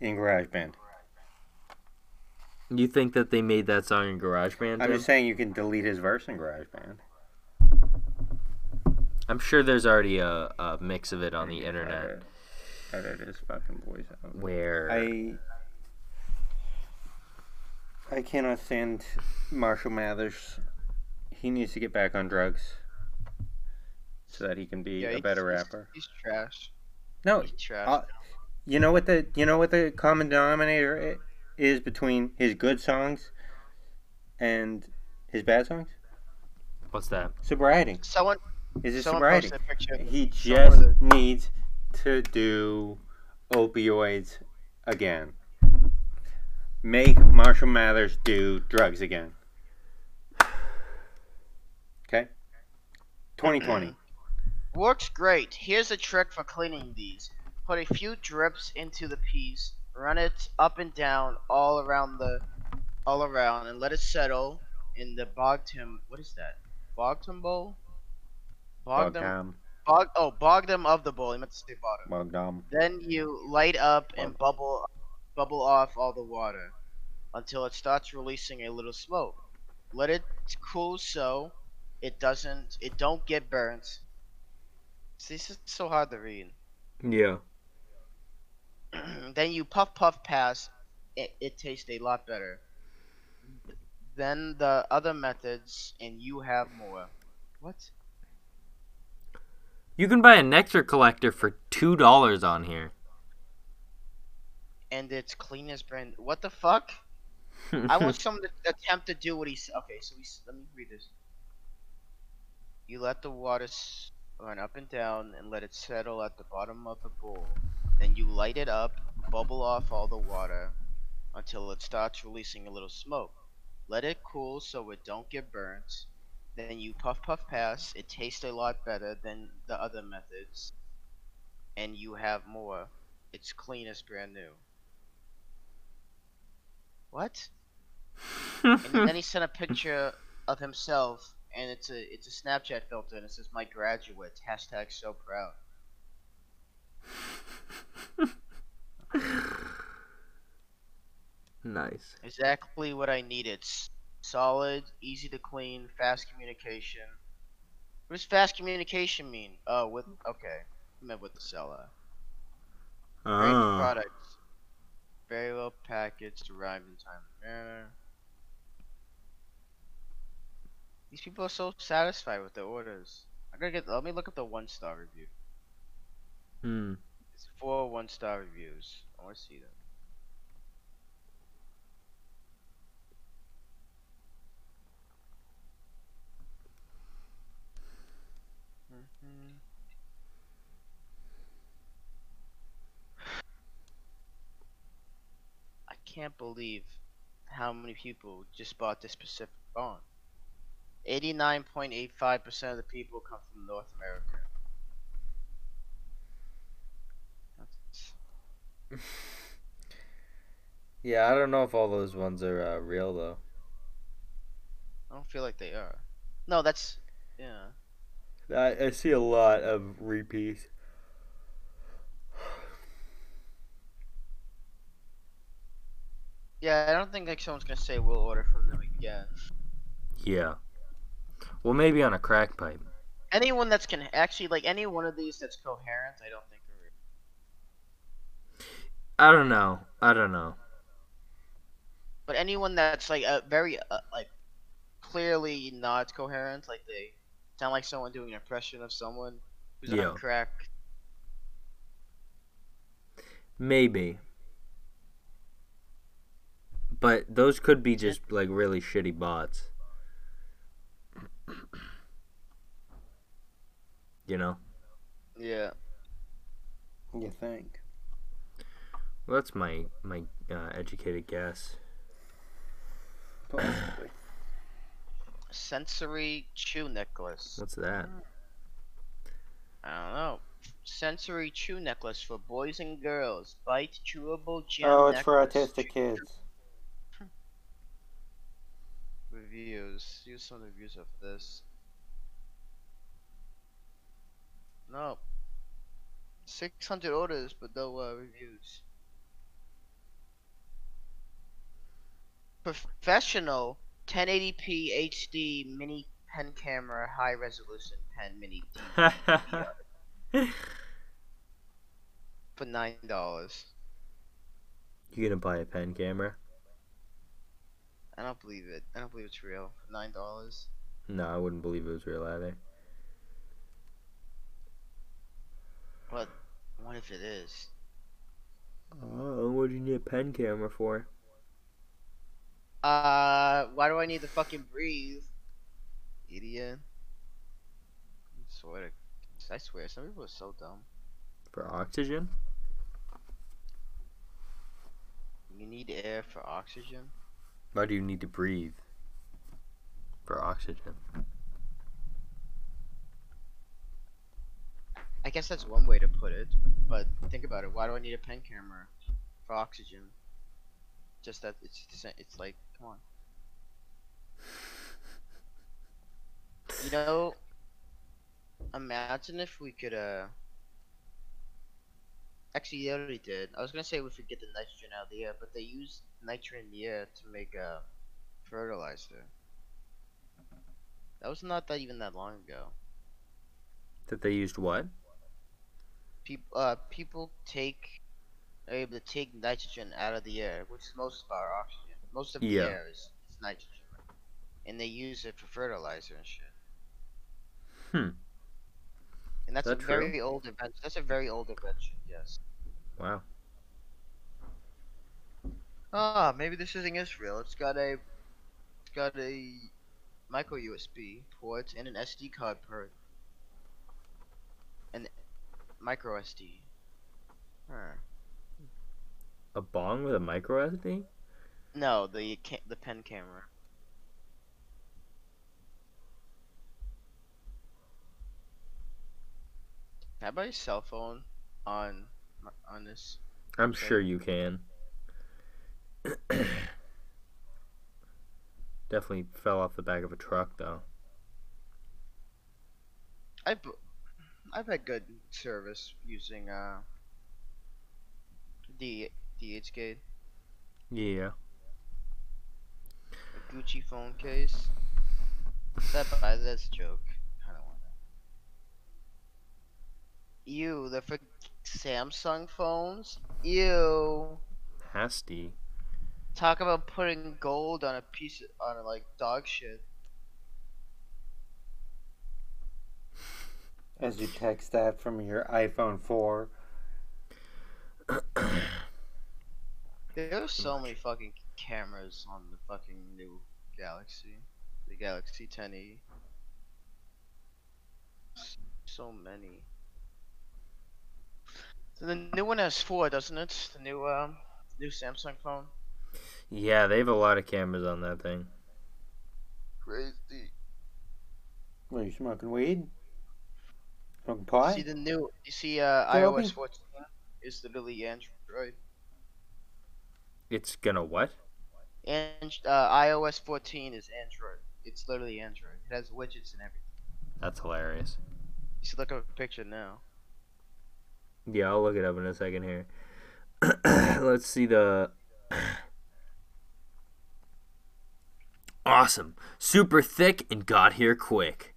Speaker 2: in GarageBand.
Speaker 1: You think that they made that song in GarageBand?
Speaker 2: I'm
Speaker 1: Tim?
Speaker 2: just saying you can delete his verse in GarageBand.
Speaker 1: I'm sure there's already a, a mix of it on the internet
Speaker 2: Edit his fucking voice out.
Speaker 1: where
Speaker 2: I I cannot stand Marshall Mathers. He needs to get back on drugs so that he can be a
Speaker 5: he's-
Speaker 2: better
Speaker 5: he's-
Speaker 2: rapper.
Speaker 5: He's, trash.
Speaker 2: No,
Speaker 5: He's trash.
Speaker 2: uh, you know what the you know what the common denominator i- is between his good songs and his bad songs?
Speaker 1: what's that?
Speaker 2: Sobriety.
Speaker 5: someone
Speaker 2: Is his
Speaker 5: someone
Speaker 2: sobriety?
Speaker 5: posted a picture.
Speaker 2: He
Speaker 5: someone
Speaker 2: just
Speaker 5: posted-
Speaker 2: needs to do opioids again. Make Marshall Mathers do drugs again. Okay? 2020.
Speaker 5: Works great. Here's a trick for cleaning these. Put a few drips into the piece, run it up and down all around the all around and let it settle in the bogtum what is that? Bogtum bowl? Bogdum
Speaker 2: Bogdom.
Speaker 5: bog oh bogdum of the bowl. I meant to say bottom.
Speaker 2: Bogdom.
Speaker 5: Then you light up and bubble bubble off all the water until it starts releasing a little smoke. Let it cool so it doesn't it don't get burnt. See, this is so hard to read.
Speaker 1: Yeah.
Speaker 5: then you puff puff pass. It, it tastes a lot better. Then the other methods and you have more. What?
Speaker 1: You can buy a nectar collector for two dollars on here.
Speaker 5: And it's clean as brand. What the fuck? I want someone to attempt to do what he's. Okay, so he's. Let me read this. You let the water s- run up and down and let it settle at the bottom of the bowl. Then you light it up, bubble off all the water until it starts releasing a little smoke. Let it cool so it don't get burnt. Then you puff puff pass. It tastes a lot better than the other methods. And you have more. It's clean as brand new. What? and then he sent a picture of himself, and it's a it's a Snapchat filter, and it says "My graduates." Hashtag so proud.
Speaker 1: nice.
Speaker 5: Exactly what I needed. S- Solid, easy to clean, fast communication. What does fast communication mean? Oh, with okay, I meant with the seller. Great
Speaker 2: Oh.
Speaker 5: products, very well packaged, arrived in time. and manner. These people are so satisfied with their orders. I gotta get. Let me look up the one star review.
Speaker 1: Hmm.
Speaker 5: It's four one star reviews. I want to see them. Mhm. I can't believe how many people just bought this specific phone. 89.85% of the people come from North America. That's
Speaker 1: Yeah, I don't know if all those ones are uh, real though.
Speaker 5: I don't feel like they are. No, that's yeah.
Speaker 1: I, I see a lot of repeats.
Speaker 5: Yeah, I don't think like someone's gonna say we'll order from them again.
Speaker 1: Yeah. Well, maybe on a crack pipe.
Speaker 5: Anyone that's can actually like any one of these that's coherent, I don't think. Are real.
Speaker 1: I don't know. I don't know.
Speaker 5: But anyone that's like uh, very uh, like clearly not coherent, like they sound like someone doing an impression of someone who's
Speaker 1: Yeah.
Speaker 5: on crack.
Speaker 1: Maybe. But those could be just like really shitty bots. You know?
Speaker 5: Yeah.
Speaker 2: You think?
Speaker 1: Well, that's my my uh, educated guess.
Speaker 2: Possibly.
Speaker 5: Sensory chew necklace.
Speaker 1: What's that?
Speaker 5: I don't know. Sensory chew necklace for boys and girls. Bite chewable gem.
Speaker 2: Oh, it's for
Speaker 5: necklace.
Speaker 2: autistic kids.
Speaker 5: reviews. Use some reviews of this. No. 600 orders, but no uh, reviews. professional 1080p HD mini pen camera high resolution pen mini D for nine dollars.
Speaker 1: You gonna buy a pen camera?
Speaker 5: I don't believe it. I don't believe it's real. For nine dollars.
Speaker 1: No, I wouldn't believe it was real either.
Speaker 5: But what if it is?
Speaker 1: Oh, what do you need a pen camera for?
Speaker 5: Uh, why do I need to fucking breathe? Idiot. I swear, to, I swear, some people are so dumb.
Speaker 1: For oxygen?
Speaker 5: You need air for oxygen.
Speaker 1: Why do you need to breathe? For oxygen.
Speaker 5: I guess that's one way to put it. But think about it. Why do I need a pen camera for oxygen? Just that it's the same. It's like, come on. You know, imagine if we could. uh Actually, they already did. I was gonna say we could get the nitrogen out of the air, but they used nitrogen in the air to make a fertilizer. That was not that even that long ago.
Speaker 1: That they used what?
Speaker 5: people uh, people take are able to take nitrogen out of the air, which is most of our oxygen. Most of
Speaker 1: Yeah.
Speaker 5: the air is, is nitrogen, and they use it for fertilizer and shit.
Speaker 1: Hmm.
Speaker 5: And that's
Speaker 1: That
Speaker 5: a
Speaker 1: true?
Speaker 5: very old invention. That's a very old invention. Yes.
Speaker 1: Wow.
Speaker 5: Ah, maybe this isn't Israel. It's got a, it's got a micro USB port and an SD card port, and micro SD. Huh.
Speaker 1: A bong with a micro SD?
Speaker 5: No, the ca- the pen camera. Can I buy a cell phone on my- on this?
Speaker 1: I'm sure you can. Definitely fell off the back of a truck though.
Speaker 5: I bu- I've had good service using uh the DH gate
Speaker 1: Yeah.
Speaker 5: a Gucci phone case. That by that's a joke. I don't want that. Ew, the for Samsung phones. Ew.
Speaker 1: Hasty.
Speaker 5: Talk about putting gold on a piece of, on like dog shit.
Speaker 2: As you text that from your iPhone 4.
Speaker 5: There are so many fucking cameras on the fucking new Galaxy, the Galaxy E. 10e. S- So many. So the new one has four, doesn't it? The new um, new Samsung phone.
Speaker 1: Yeah, they have a lot of cameras on that thing.
Speaker 5: Crazy.
Speaker 2: Were you smoking weed? Smoking pot?
Speaker 5: See the new. You see, uh,
Speaker 2: They're
Speaker 5: iOS
Speaker 2: open.
Speaker 5: 14 is literally Android.
Speaker 1: It's gonna what?
Speaker 5: And uh, iOS 14 is Android. It's literally Android. It has widgets and everything.
Speaker 1: That's hilarious.
Speaker 5: You should look up a picture now.
Speaker 1: Yeah, I'll look it up in a second here. Let's see the. Awesome. Super thick and got here quick.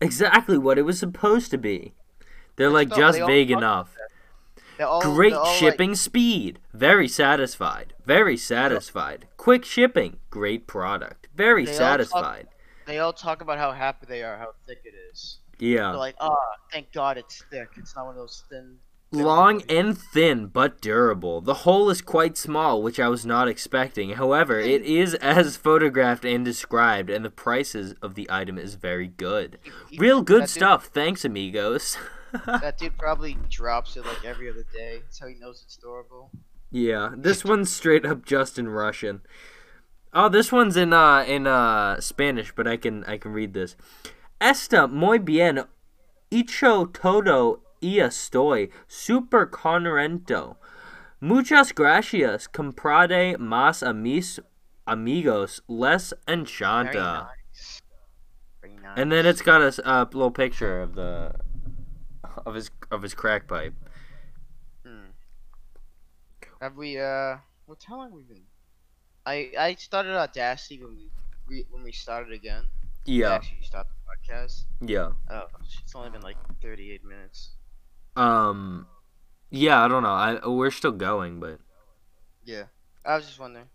Speaker 1: Exactly what it was supposed to be. They're like
Speaker 5: thought
Speaker 1: just
Speaker 5: they all
Speaker 1: vague
Speaker 5: thought
Speaker 1: enough.
Speaker 5: They're all,
Speaker 1: Great
Speaker 5: they're all, like-
Speaker 1: shipping speed. Very satisfied. Very satisfied. Quick shipping. Great product. Very
Speaker 5: They all talk-
Speaker 1: satisfied.
Speaker 5: they all talk about how happy they are, how thick it is.
Speaker 1: Yeah.
Speaker 5: They're like, oh, thank God it's thick. It's not one of those thin. thin
Speaker 1: Long
Speaker 5: ones."
Speaker 1: and thin, but durable. The hole is quite small, which I was not expecting. However, it is as photographed and described, and the prices of the item is very good.
Speaker 5: He-
Speaker 1: Real
Speaker 5: e-, that
Speaker 1: good
Speaker 5: dude-
Speaker 1: stuff. Thanks, amigos.
Speaker 5: that dude probably drops it like every other day. That's how he knows it's durable.
Speaker 1: yeah, this one's straight up just in Russian. Oh, this one's in uh in uh Spanish, but I can I can read this. Esta muy bien hecho todo y estoy super contento. Muchas gracias. Comprade más a mis amigos. Les
Speaker 5: Very
Speaker 1: enchanta.
Speaker 5: nice. Very nice.
Speaker 1: uh, And then it's got a s- a little picture of the of his of his crack pipe.
Speaker 5: Hmm. Have we uh? Well, how long have we been I I started Audacity when we re, when we started again. We
Speaker 1: Yeah.
Speaker 5: Actually, started the podcast.
Speaker 1: Yeah.
Speaker 5: Oh, it's only been like 38 minutes.
Speaker 1: Um. Yeah, I don't know. I we're still going, but
Speaker 5: Yeah. I was just wondering.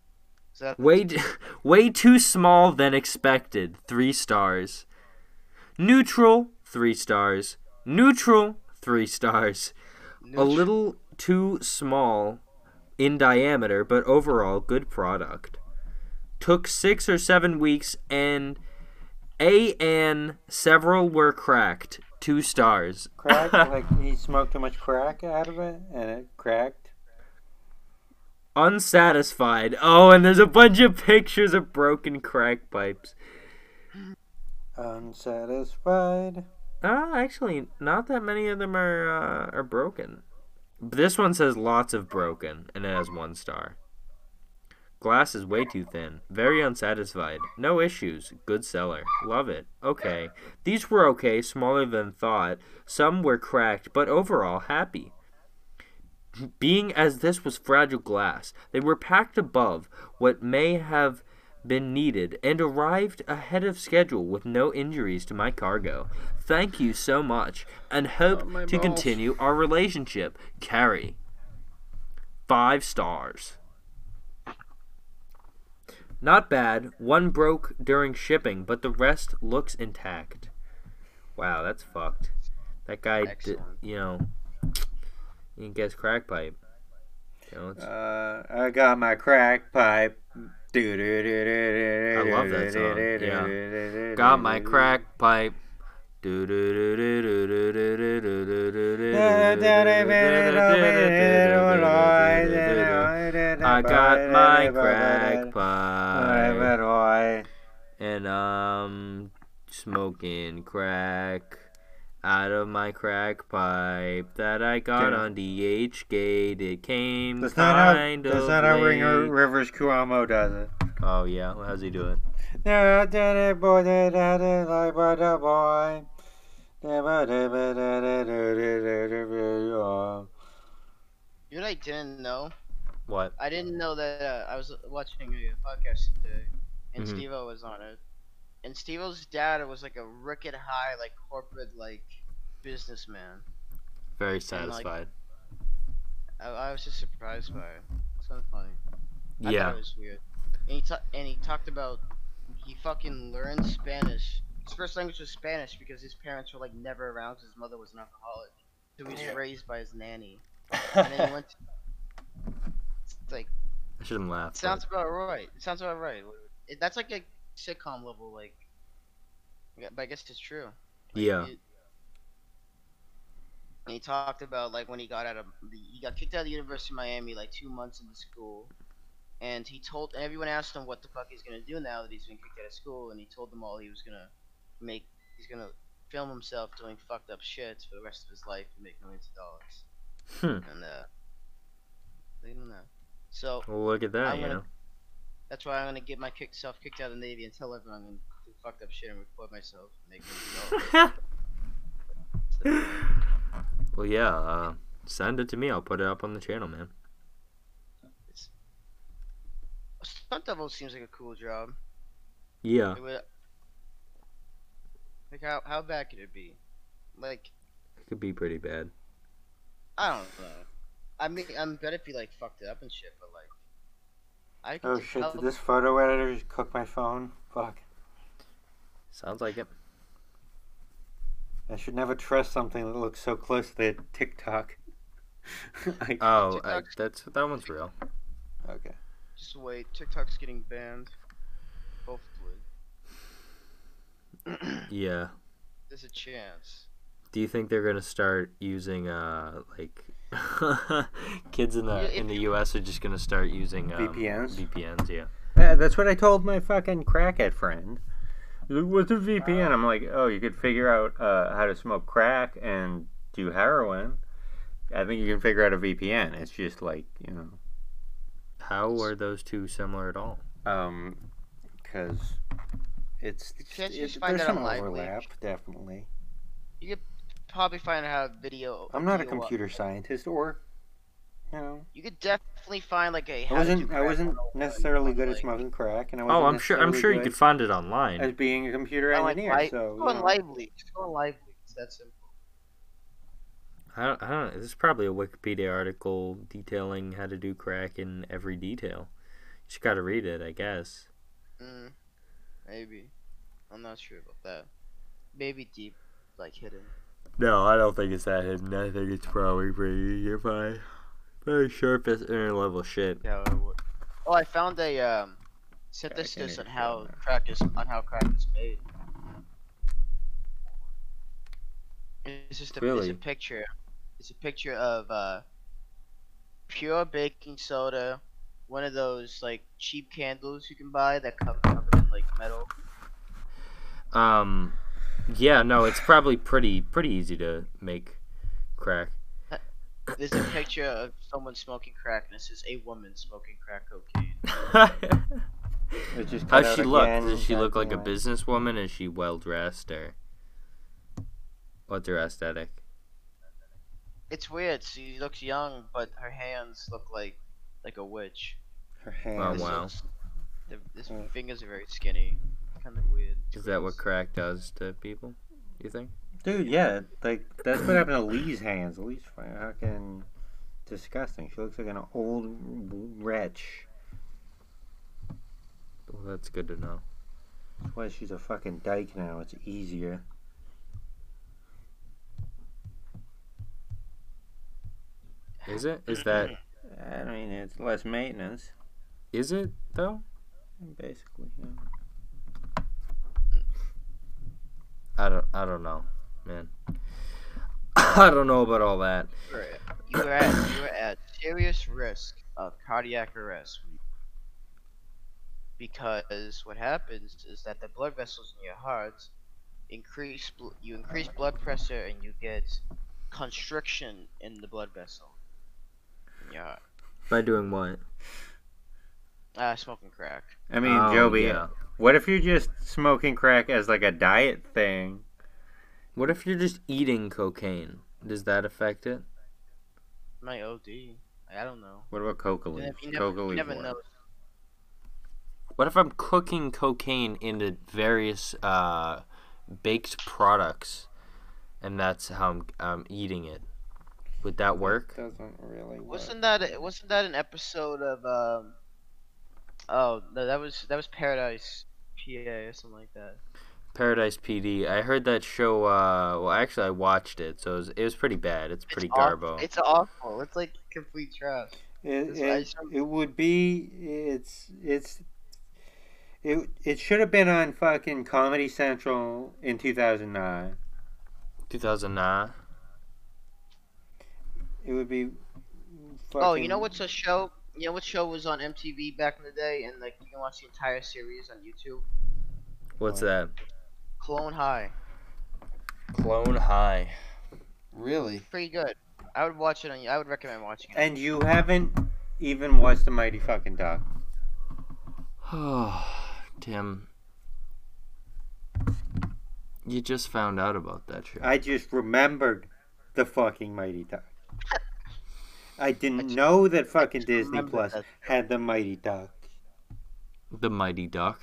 Speaker 5: Is that
Speaker 1: way t- way too small than expected. Three stars. Neutral. Three stars. Neutral. Three stars. A
Speaker 5: neutral?
Speaker 1: little too small in diameter, but overall good product. Took six or seven weeks, and a and several were cracked. Two stars.
Speaker 2: Crack? like he smoked too much crack out of it and it cracked?
Speaker 1: Unsatisfied. Oh, and there's a bunch of pictures of broken crack pipes.
Speaker 2: Unsatisfied.
Speaker 1: Uh, actually, not that many of them are uh, are broken. But This one says lots of broken, and it has one star. Glass is way too thin. Very unsatisfied. No issues. Good seller. Love it. Okay. These were okay, smaller than thought. Some were cracked, but overall happy. Being as this was fragile glass, they were packed above what may have been needed and arrived ahead of schedule with no injuries to my cargo. Thank you so much and hope
Speaker 7: Oh, my
Speaker 1: to
Speaker 7: balls.
Speaker 1: continue our relationship. Carrie. Five stars. Not bad. One broke during shipping, but the rest looks intact. Wow, that's fucked. That guy, did,
Speaker 5: Excellent.
Speaker 1: you know, he gets crack pipe. You know, it's-
Speaker 2: Uh, I got my crack pipe. I love
Speaker 1: that song, yeah. Got my crack pipe. I
Speaker 2: I
Speaker 1: got my crack pipe
Speaker 2: I
Speaker 1: and um smoking crack out of my crack pipe that I got
Speaker 2: Okay.
Speaker 1: on DH gate. It came
Speaker 2: That's not how.
Speaker 1: kind of
Speaker 2: that's not how
Speaker 1: late.
Speaker 2: Ringer Rivers Cuomo does it.
Speaker 1: Oh yeah, how's he doing?
Speaker 2: Yeah, I did it, boy, did I did like but a boy. Never did it, did it, did it, did it, did it.
Speaker 5: You know what I didn't know?
Speaker 1: What?
Speaker 5: I didn't know that uh, I was watching a podcast today, and
Speaker 1: Mhm.
Speaker 5: Steve O was on it. And Steve O's dad was like a wicked high, like corporate, like businessman.
Speaker 1: Very
Speaker 5: like,
Speaker 1: satisfied.
Speaker 5: I, I was just surprised by it. It's kind of funny. I
Speaker 1: yeah.
Speaker 5: thought it was weird. And he ta- and he talked about he fucking learned Spanish. His first language was Spanish because his parents were like never around 'cause his mother was an alcoholic, so he was raised by his nanny. And then he went. To, it's like
Speaker 1: I shouldn't laugh.
Speaker 5: it
Speaker 1: but-
Speaker 5: sounds about right. It sounds about right. It, that's like a sitcom level, like. yeah, But I guess it's true.
Speaker 1: yeah.
Speaker 5: It- and he talked about like when he got out of the, he got kicked out of the University of Miami like two months into school, and he told and everyone asked him what the fuck he's gonna do now that he's been kicked out of school, and he told them all he was gonna make he's gonna film himself doing fucked up shit for the rest of his life and make millions of dollars.
Speaker 1: Hmm.
Speaker 5: And uh, they don't know. So
Speaker 1: Well, look at that.
Speaker 5: I'm
Speaker 1: you
Speaker 5: gonna-
Speaker 1: know.
Speaker 5: that's why I'm gonna get my kick, self kicked out of the Navy and tell everyone I'm gonna do fucked up shit and record myself. And make millions of dollars.
Speaker 1: Well, yeah. Uh, send it to me. I'll put it up on the channel, man.
Speaker 5: Stunt double seems like a cool job.
Speaker 1: Yeah.
Speaker 5: It would, like how how bad could it be? Like
Speaker 1: It could be pretty bad.
Speaker 5: I don't know. I mean, I'm bet if you like fucked it up and shit, but like I could
Speaker 2: Oh
Speaker 5: just
Speaker 2: shit,
Speaker 5: help-
Speaker 2: did this photo editor just cook my phone? Fuck.
Speaker 1: Sounds like it.
Speaker 2: I should never trust something that looks so close to the TikTok. I,
Speaker 1: Oh, uh, that's that one's real.
Speaker 2: okay.
Speaker 5: just wait. TikTok's getting banned. Hopefully,
Speaker 1: Yeah.
Speaker 5: there's a chance.
Speaker 1: Do you think they're gonna start using uh like kids in
Speaker 5: Yeah,
Speaker 1: the
Speaker 5: if
Speaker 1: in the
Speaker 5: you-
Speaker 1: U.S. are just gonna start using um,
Speaker 2: VPNs?
Speaker 1: VPNs. Yeah.
Speaker 2: Yeah, that's what I told my fucking crackhead friend. He's like, What's a VPN? I'm like, oh, you could figure out uh, how to smoke crack and do heroin. I think you can figure out a VPN. It's just like, you know,
Speaker 1: How are those two similar at all?
Speaker 2: Um, because it's
Speaker 5: Can't you
Speaker 2: it-
Speaker 5: just find
Speaker 2: there's
Speaker 5: out
Speaker 2: some
Speaker 5: on Live Leak?
Speaker 2: overlap, definitely.
Speaker 5: Probably find out how video.
Speaker 2: I'm not a
Speaker 5: video up-
Speaker 2: computer scientist or You know,
Speaker 5: You could definitely find like a.
Speaker 2: I
Speaker 5: how to do
Speaker 2: wasn't I
Speaker 5: crack
Speaker 2: wasn't
Speaker 5: 101,
Speaker 2: necessarily good at
Speaker 5: like-
Speaker 2: smoking crack, and I wasn't
Speaker 1: Oh, I'm sure. I'm
Speaker 2: necessarily
Speaker 1: sure you
Speaker 2: good
Speaker 1: could find it online.
Speaker 2: as being a computer
Speaker 5: I like
Speaker 2: engineer.
Speaker 5: live-
Speaker 2: so
Speaker 5: Go
Speaker 2: you
Speaker 5: on
Speaker 2: know.
Speaker 5: live leaks. Go on live leaks. That's simple.
Speaker 1: I don't, I don't. There's probably a Wikipedia article detailing how to do crack in every detail. You just gotta read it, I guess.
Speaker 5: Mm, maybe. I'm not sure about that. Maybe deep, like hidden.
Speaker 1: No, I don't think it's that hidden. I think it's probably pretty easy to find. Very surface inner level shit.
Speaker 5: Yeah. it would. Oh, I found a um,
Speaker 2: energy
Speaker 5: synthesis on how
Speaker 2: formula.
Speaker 5: crack is on how crack is made. It's just a,
Speaker 1: Really?
Speaker 5: it's a picture. It's a picture of uh, pure baking soda, one of those like cheap candles you can buy that come covered in like metal.
Speaker 1: Um, yeah, no, it's probably pretty pretty easy to make crack.
Speaker 5: There's a picture of someone smoking crack, and it says a woman smoking crack cocaine.
Speaker 1: How's
Speaker 2: It just cut out
Speaker 1: she
Speaker 2: again,
Speaker 1: look? Does she
Speaker 2: God
Speaker 1: look like a
Speaker 2: damn it.
Speaker 1: businesswoman? Is she well dressed or what's her aesthetic?
Speaker 5: It's weird. She looks young, but her hands look like like a witch.
Speaker 2: Her
Speaker 1: Oh
Speaker 2: hands.
Speaker 5: This
Speaker 1: wow,
Speaker 5: looks- The, this
Speaker 2: Mm.
Speaker 5: fingers are very skinny. Kind of weird.
Speaker 1: is that what crack does to people? You think?
Speaker 2: Dude, yeah, like that's what happened to Lee's hands. Lee's fucking disgusting. She looks like an old wretch.
Speaker 1: Well, that's good to know.
Speaker 2: That's why she's a fucking dyke now. It's easier.
Speaker 1: Is it? Is that?
Speaker 2: I mean, it's less maintenance,
Speaker 1: Is it though?
Speaker 2: basically. You know.
Speaker 1: I don't. I don't know, man. I don't know about all that.
Speaker 5: You are- You are at you are at serious risk of cardiac arrest because what happens is that the blood vessels in your heart increase. Bl- you increase blood pressure and you get constriction in the blood vessel. in your heart.
Speaker 1: By doing what?
Speaker 5: Uh, smoking crack.
Speaker 2: I mean,
Speaker 1: Oh,
Speaker 2: Joby,
Speaker 1: yeah.
Speaker 2: what if you're just smoking crack as like a diet thing?
Speaker 1: What if you're just eating cocaine? Does that affect it?
Speaker 5: My OD. I don't know.
Speaker 2: What about coca
Speaker 5: You
Speaker 2: leaf?
Speaker 5: never, you
Speaker 2: Coca
Speaker 5: never, you
Speaker 2: leaf
Speaker 5: never
Speaker 2: oil.
Speaker 5: know.
Speaker 1: What if I'm cooking cocaine into various uh, baked products, and that's how I'm, I'm eating it? Would that work?
Speaker 2: Doesn't really. Work.
Speaker 5: Wasn't that wasn't that an episode of um? Oh no, that was that was Paradise, PA or something like that.
Speaker 1: Paradise PD. I heard that show. Uh, well, actually, I watched it, so it was, it was pretty bad. It's pretty
Speaker 5: it's
Speaker 1: garbo.
Speaker 5: Awful. It's awful. It's like complete trash.
Speaker 2: It,
Speaker 5: That's why I
Speaker 2: it,
Speaker 5: showed-
Speaker 2: it would be it's it's it it should have been on fucking Comedy Central in 2009.
Speaker 1: 2009.
Speaker 2: It would be. Fucking,
Speaker 5: Oh, you know what's a show? You know what show was on MTV back in the day, and like you can watch the entire series on YouTube.
Speaker 1: What's that?
Speaker 5: Clone High.
Speaker 1: Clone High. Really?
Speaker 5: Pretty good. I would watch it on. I would recommend watching it.
Speaker 2: And you haven't even watched the Mighty Fucking Duck.
Speaker 1: Tim. You just found out about that show.
Speaker 2: I just remembered the fucking Mighty Duck. I didn't
Speaker 5: I just-
Speaker 2: know that fucking
Speaker 5: just
Speaker 2: Disney
Speaker 5: remembered
Speaker 2: Plus
Speaker 5: that.
Speaker 2: had the Mighty Duck.
Speaker 1: The Mighty Duck.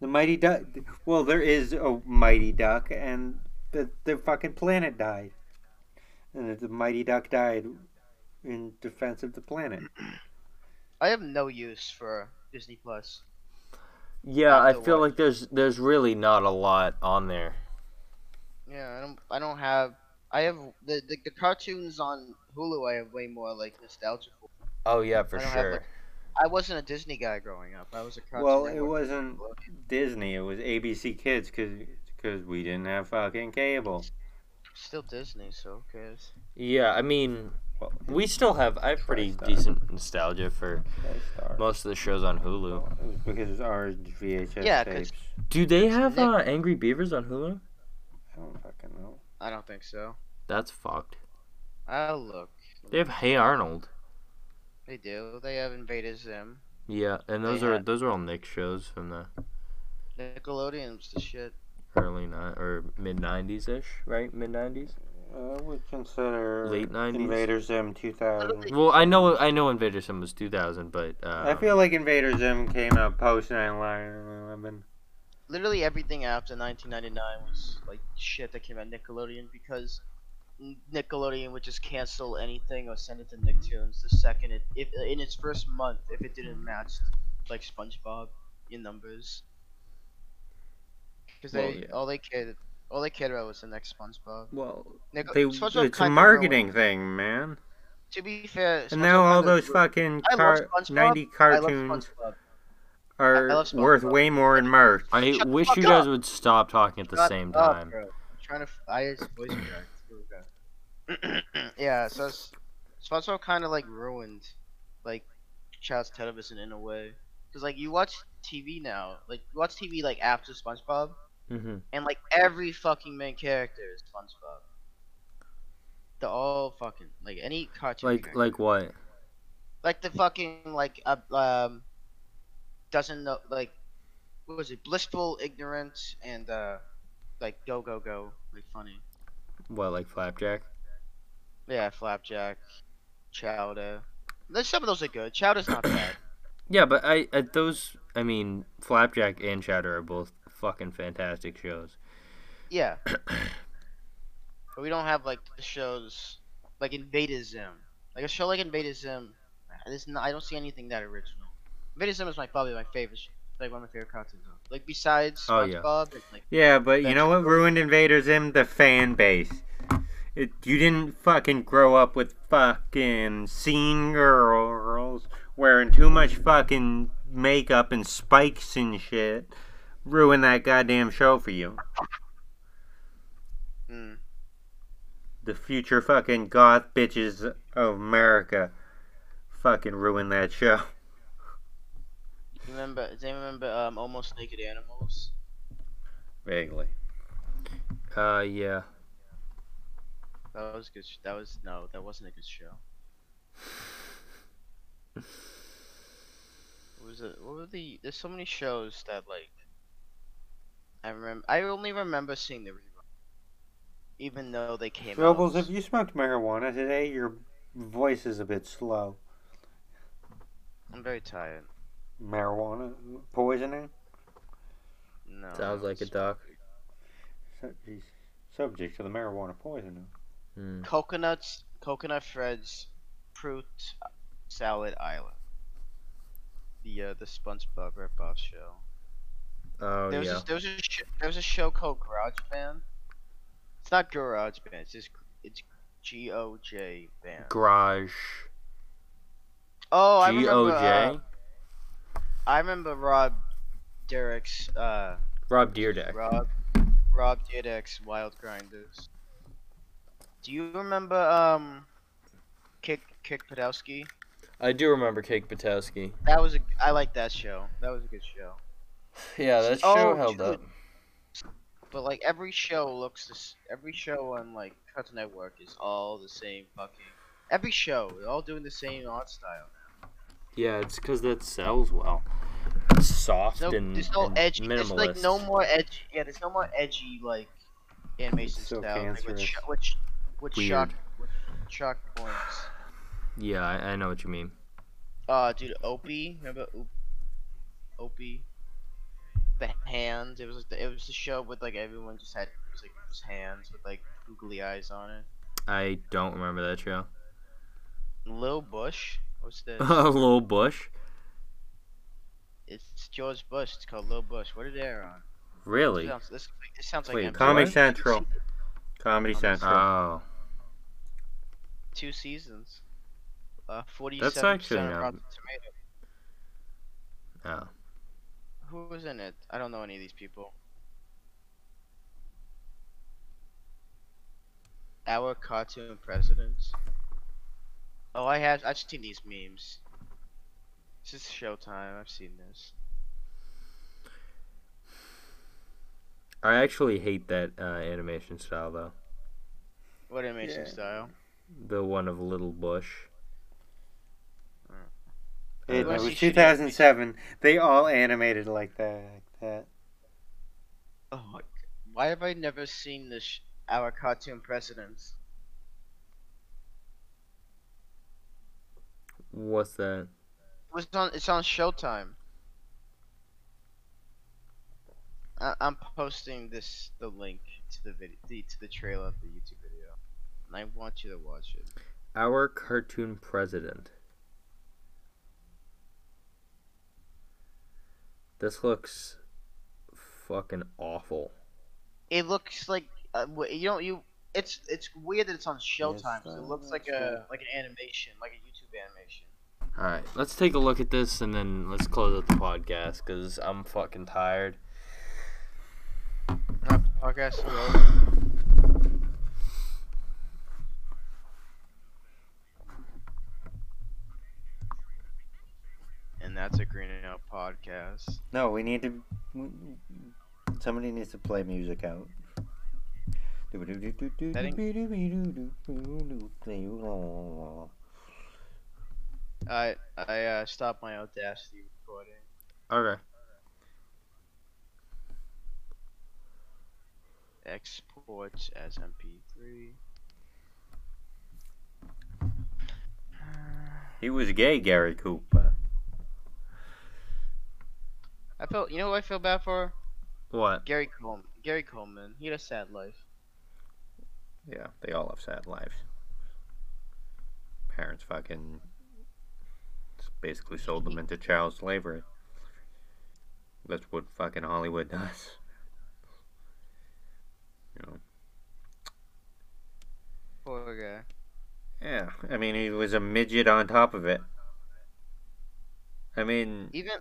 Speaker 2: The Mighty Duck. Well, there is a Mighty Duck, and the the fucking planet died, and the Mighty Duck died in defense of the planet.
Speaker 5: I have no use for Disney Plus.
Speaker 1: Yeah,
Speaker 5: Have
Speaker 1: I
Speaker 5: to
Speaker 1: feel
Speaker 5: watch.
Speaker 1: like there's there's really not a lot on there.
Speaker 5: Yeah, I don't. I don't have. I have the the, the cartoons on Hulu. I have way more like nostalgia for.
Speaker 1: Oh yeah, for
Speaker 5: I don't have,
Speaker 1: sure.
Speaker 5: like- I wasn't a Disney guy growing up. I was a cartoon.
Speaker 2: Well, it
Speaker 5: Network.
Speaker 2: wasn't Disney; it was ABC Kids, cause 'cause we didn't have fucking cable.
Speaker 5: Still Disney, so who cares?
Speaker 1: Yeah, I mean,
Speaker 2: Well,
Speaker 1: we still have I have pretty
Speaker 2: Star.
Speaker 1: decent nostalgia for
Speaker 2: Star.
Speaker 1: most of the shows on Hulu.
Speaker 2: It was because it's orange VHS
Speaker 5: Yeah, 'cause-
Speaker 2: tapes.
Speaker 1: Do they have
Speaker 5: Nick-
Speaker 1: uh, Angry Beavers on Hulu?
Speaker 2: I don't fucking know.
Speaker 5: I don't think so.
Speaker 1: That's fucked.
Speaker 5: I'll look.
Speaker 1: They have Hey Arnold.
Speaker 5: They do. They have Invaded Zim.
Speaker 1: Yeah, and those
Speaker 5: They
Speaker 1: are
Speaker 5: have-
Speaker 1: those are all Nick shows from the
Speaker 5: Nickelodeon's the shit.
Speaker 1: early ni- or mid '90s ish, right? Mid '90s.
Speaker 2: I would Uh, consider
Speaker 1: Late 90s.
Speaker 2: Invader Zim 2000.
Speaker 1: Well, I know I know Invader Sim was 2000, but uh,
Speaker 2: I feel like Invader Zim came out post 9/11.
Speaker 5: literally everything after 1999 was like shit that came out Nickelodeon because N- Nickelodeon would just cancel anything or send it to Nicktoons the second it if in its first month if it didn't match like SpongeBob in numbers because
Speaker 1: Well,
Speaker 5: they
Speaker 1: yeah.
Speaker 5: all they cared all they cared about was the next SpongeBob.
Speaker 2: Well,
Speaker 5: Nickel-
Speaker 2: they,
Speaker 5: SpongeBob
Speaker 2: it's a
Speaker 5: kinda
Speaker 2: marketing
Speaker 5: ruined-
Speaker 2: thing, man.
Speaker 5: To be fair,
Speaker 2: And
Speaker 5: SpongeBob
Speaker 2: now all
Speaker 5: kinda
Speaker 2: those
Speaker 5: ruined-
Speaker 2: fucking
Speaker 5: I love
Speaker 2: car-
Speaker 5: SpongeBob.
Speaker 2: 90
Speaker 5: I love
Speaker 2: cartoons
Speaker 5: SpongeBob.
Speaker 2: are
Speaker 5: I love SpongeBob.
Speaker 2: worth way more in merch.
Speaker 1: I
Speaker 5: Shut the
Speaker 1: wish
Speaker 5: fuck
Speaker 1: you guys
Speaker 5: up.
Speaker 1: would stop talking at the
Speaker 5: Shut
Speaker 1: same
Speaker 5: up,
Speaker 1: time.
Speaker 5: Oh, bro. I'm trying to. F- I just voice cracked. Here we go. yeah, so it's, SpongeBob kind of like ruined, like, child's television in a way. Cause like you watch TV now, like you watch TV like after SpongeBob,
Speaker 1: Mm-hmm.
Speaker 5: and like every fucking main character is SpongeBob. They're all fucking like any cartoon.
Speaker 1: Like
Speaker 5: character.
Speaker 1: like what?
Speaker 5: Like the fucking like uh, um doesn't know like what was it blissful ignorance and uh like go go go like funny
Speaker 1: What like Flapjack?
Speaker 5: yeah flapjack chowder there's some of those are good chowder's not bad
Speaker 1: Yeah, but I, I those I mean Flapjack and Chowder are both fucking fantastic shows.
Speaker 5: yeah but we don't have like the shows like Invader Zim like a show like Invader Zim uh, this not, I don't see anything that original Invader Zim is my probably my favorite sh- like one of my favorite cartoons though. like besides
Speaker 1: Oh, yeah.
Speaker 5: SpongeBob and, like
Speaker 2: Yeah, but you
Speaker 5: That's
Speaker 2: know what ruined Invader Zim? The fan base. It, you didn't fucking grow up with fucking scene girls wearing too much fucking makeup and spikes and shit. Ruin that goddamn show for you.
Speaker 5: mm,
Speaker 2: The future fucking goth bitches of America fucking ruin that show.
Speaker 5: you remember do you remember um, Almost Naked Animals
Speaker 2: Vaguely.
Speaker 1: Uh yeah.
Speaker 5: That was good. Sh- that was no, that wasn't a good show. What was it? What were the? There's so many shows that like. I remember. I only remember seeing the rerun, even though they came
Speaker 2: Robles,
Speaker 5: out.
Speaker 2: have you smoked marijuana today? Your voice is a bit slow.
Speaker 5: I'm very tired.
Speaker 2: Marijuana poisoning?
Speaker 5: No. I
Speaker 1: Sounds
Speaker 5: don't
Speaker 1: like a
Speaker 5: smoke.
Speaker 1: duck.
Speaker 2: Subject- subject to the marijuana poisoning.
Speaker 1: Hmm.
Speaker 5: Coconuts, coconut Fred's, fruit salad island. The uh, the SpongeBob ripoff show.
Speaker 1: Oh
Speaker 5: there was
Speaker 1: yeah.
Speaker 5: a, there was a sh- there was a show called Garage Band. It's not Garage Band. It's just it's G O J Band.
Speaker 1: Garage.
Speaker 5: oh, I
Speaker 1: G O
Speaker 5: remember.
Speaker 1: J.
Speaker 5: uh, I remember Rob Derek's uh
Speaker 1: Rob Deerdeck.
Speaker 5: Rob Rob Derek's Wild Grinders. Do you remember um Kick Kick Podowski?
Speaker 1: I do remember Cake Batowski.
Speaker 5: That was a I like that show. That was a good show.
Speaker 1: Yeah, that
Speaker 5: show Oh, held dude. up. But like every show looks this. Every show on like Cartoon Network is all the same fucking. Every show, they're all doing the same art style.
Speaker 1: Yeah, it's because that sells well. Soft
Speaker 5: There's no,
Speaker 1: and,
Speaker 5: there's no
Speaker 1: and
Speaker 5: edgy. There's
Speaker 1: minimalist.
Speaker 5: like no more edgy. Yeah, there's no more edgy like animation
Speaker 2: It's so
Speaker 5: style. Like, with,
Speaker 2: cancerous.
Speaker 5: sh- with, sh- with
Speaker 1: Weird.
Speaker 5: shock, with shock points.
Speaker 1: Yeah, I, I know what you mean.
Speaker 5: Uh, dude, Opie, remember Oop- Opie? The hands. It was like the, it was the show with like everyone just had it was like just hands with like googly eyes on it.
Speaker 1: I don't remember that show.
Speaker 5: Lil Bush. What's this?
Speaker 1: Lil Bush.
Speaker 5: It's George Bush. It's called Little Bush. What did they air on? It
Speaker 1: Really?
Speaker 5: sounds, this, it sounds like
Speaker 1: Wait,
Speaker 5: MTV.
Speaker 2: Comedy
Speaker 1: What?
Speaker 2: Central. Comedy
Speaker 5: Comedy
Speaker 2: Central.
Speaker 1: Oh,
Speaker 5: Two seasons. Uh, forty-seven
Speaker 1: That's actually
Speaker 5: percent
Speaker 1: not-
Speaker 5: Rotten Tomato.
Speaker 1: oh.
Speaker 5: Who was in it? I don't know any of these people. Our cartoon presidents. Oh, I have. I've seen these memes. This is Showtime. I've seen this.
Speaker 1: I actually hate that uh, animation style though.
Speaker 5: What animation
Speaker 2: Yeah.
Speaker 5: style?
Speaker 1: The one of Little Bush.
Speaker 2: It
Speaker 5: Unless you
Speaker 2: was
Speaker 5: should-
Speaker 2: 2007. They all animated like that. Like that.
Speaker 5: Oh my. g- Why have I never seen this? Our cartoon presidents.
Speaker 1: What's that?
Speaker 5: was on. It's on Showtime. I, I'm posting this the link to the video the, to the trailer of the YouTube video, and I want you to watch it.
Speaker 1: Our cartoon president. This looks fucking awful.
Speaker 5: It looks like uh, wh- you know you. It's it's weird that it's on Showtime. 'cause
Speaker 2: sir,
Speaker 5: it looks like
Speaker 2: yes,
Speaker 5: a
Speaker 2: sir.
Speaker 5: like an animation, like a YouTube animation.
Speaker 1: All right, let's take a look at this and then let's close out the podcast because I'm fucking tired.
Speaker 5: Okay, so And that's a Green and Out podcast.
Speaker 2: No, we need to. Somebody needs to play music out.
Speaker 5: I I uh, stopped my Audacity recording.
Speaker 1: Okay.
Speaker 5: Exports as MP3.
Speaker 2: He was gay, Gary Cooper.
Speaker 5: I felt you know who I feel bad for?
Speaker 1: What?
Speaker 5: Gary Coleman. Gary Coleman. He had a sad life.
Speaker 2: Yeah, they all have sad lives. Parents fucking basically sold them into child slavery. That's what fucking Hollywood does. You know.
Speaker 5: Poor guy.
Speaker 2: Yeah, I mean, he was a midget on top of it. I mean,
Speaker 5: Even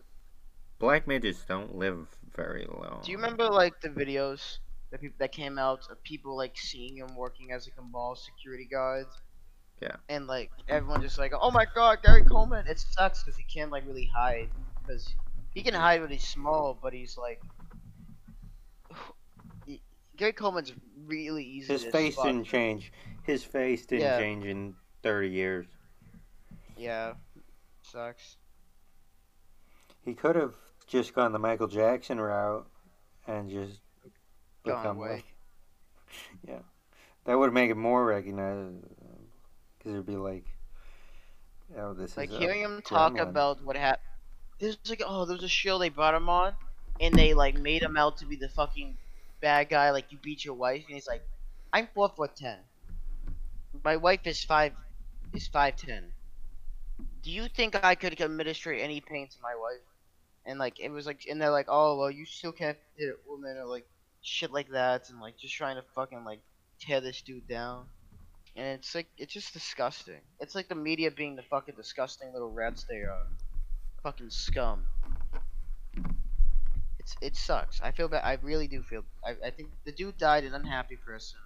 Speaker 2: black midgets don't live very long.
Speaker 5: Do you remember like the videos that people that came out of people like seeing him working as like a mall security guard?
Speaker 2: Yeah.
Speaker 5: And like everyone just like, oh my god, Gary Coleman. It sucks because he can't like really hide because he can hide when he's small, but he's like. he- Gary Coleman's really easy.
Speaker 2: His
Speaker 5: to
Speaker 2: face
Speaker 5: spot.
Speaker 2: didn't change. His face didn't
Speaker 5: Yeah.
Speaker 2: change in 30 years.
Speaker 5: Yeah. Sucks.
Speaker 2: He could have just gone the Michael Jackson route and just
Speaker 5: Gone
Speaker 2: become
Speaker 5: away.
Speaker 2: yeah, that would make it more recognizable because it'd be like, oh, this
Speaker 5: Like
Speaker 2: is a
Speaker 5: hearing him talk
Speaker 2: gremlin.
Speaker 5: about what happened. This was like, oh, there was a show they brought him on, and they like made him out to be the fucking bad guy. Like you beat your wife, and he's like, I'm four foot ten. My wife is five, is five ten. Do you think I could administer any pain to my wife? And like it was like, and they're like, oh well, you still can't hit a woman or like shit like that, and like just trying to fucking like tear this dude down. And it's like it's just disgusting. It's like the media being the fucking disgusting little rats they are. Fucking scum. It's it sucks. I feel bad. I really do feel. I, I think the dude died an unhappy person,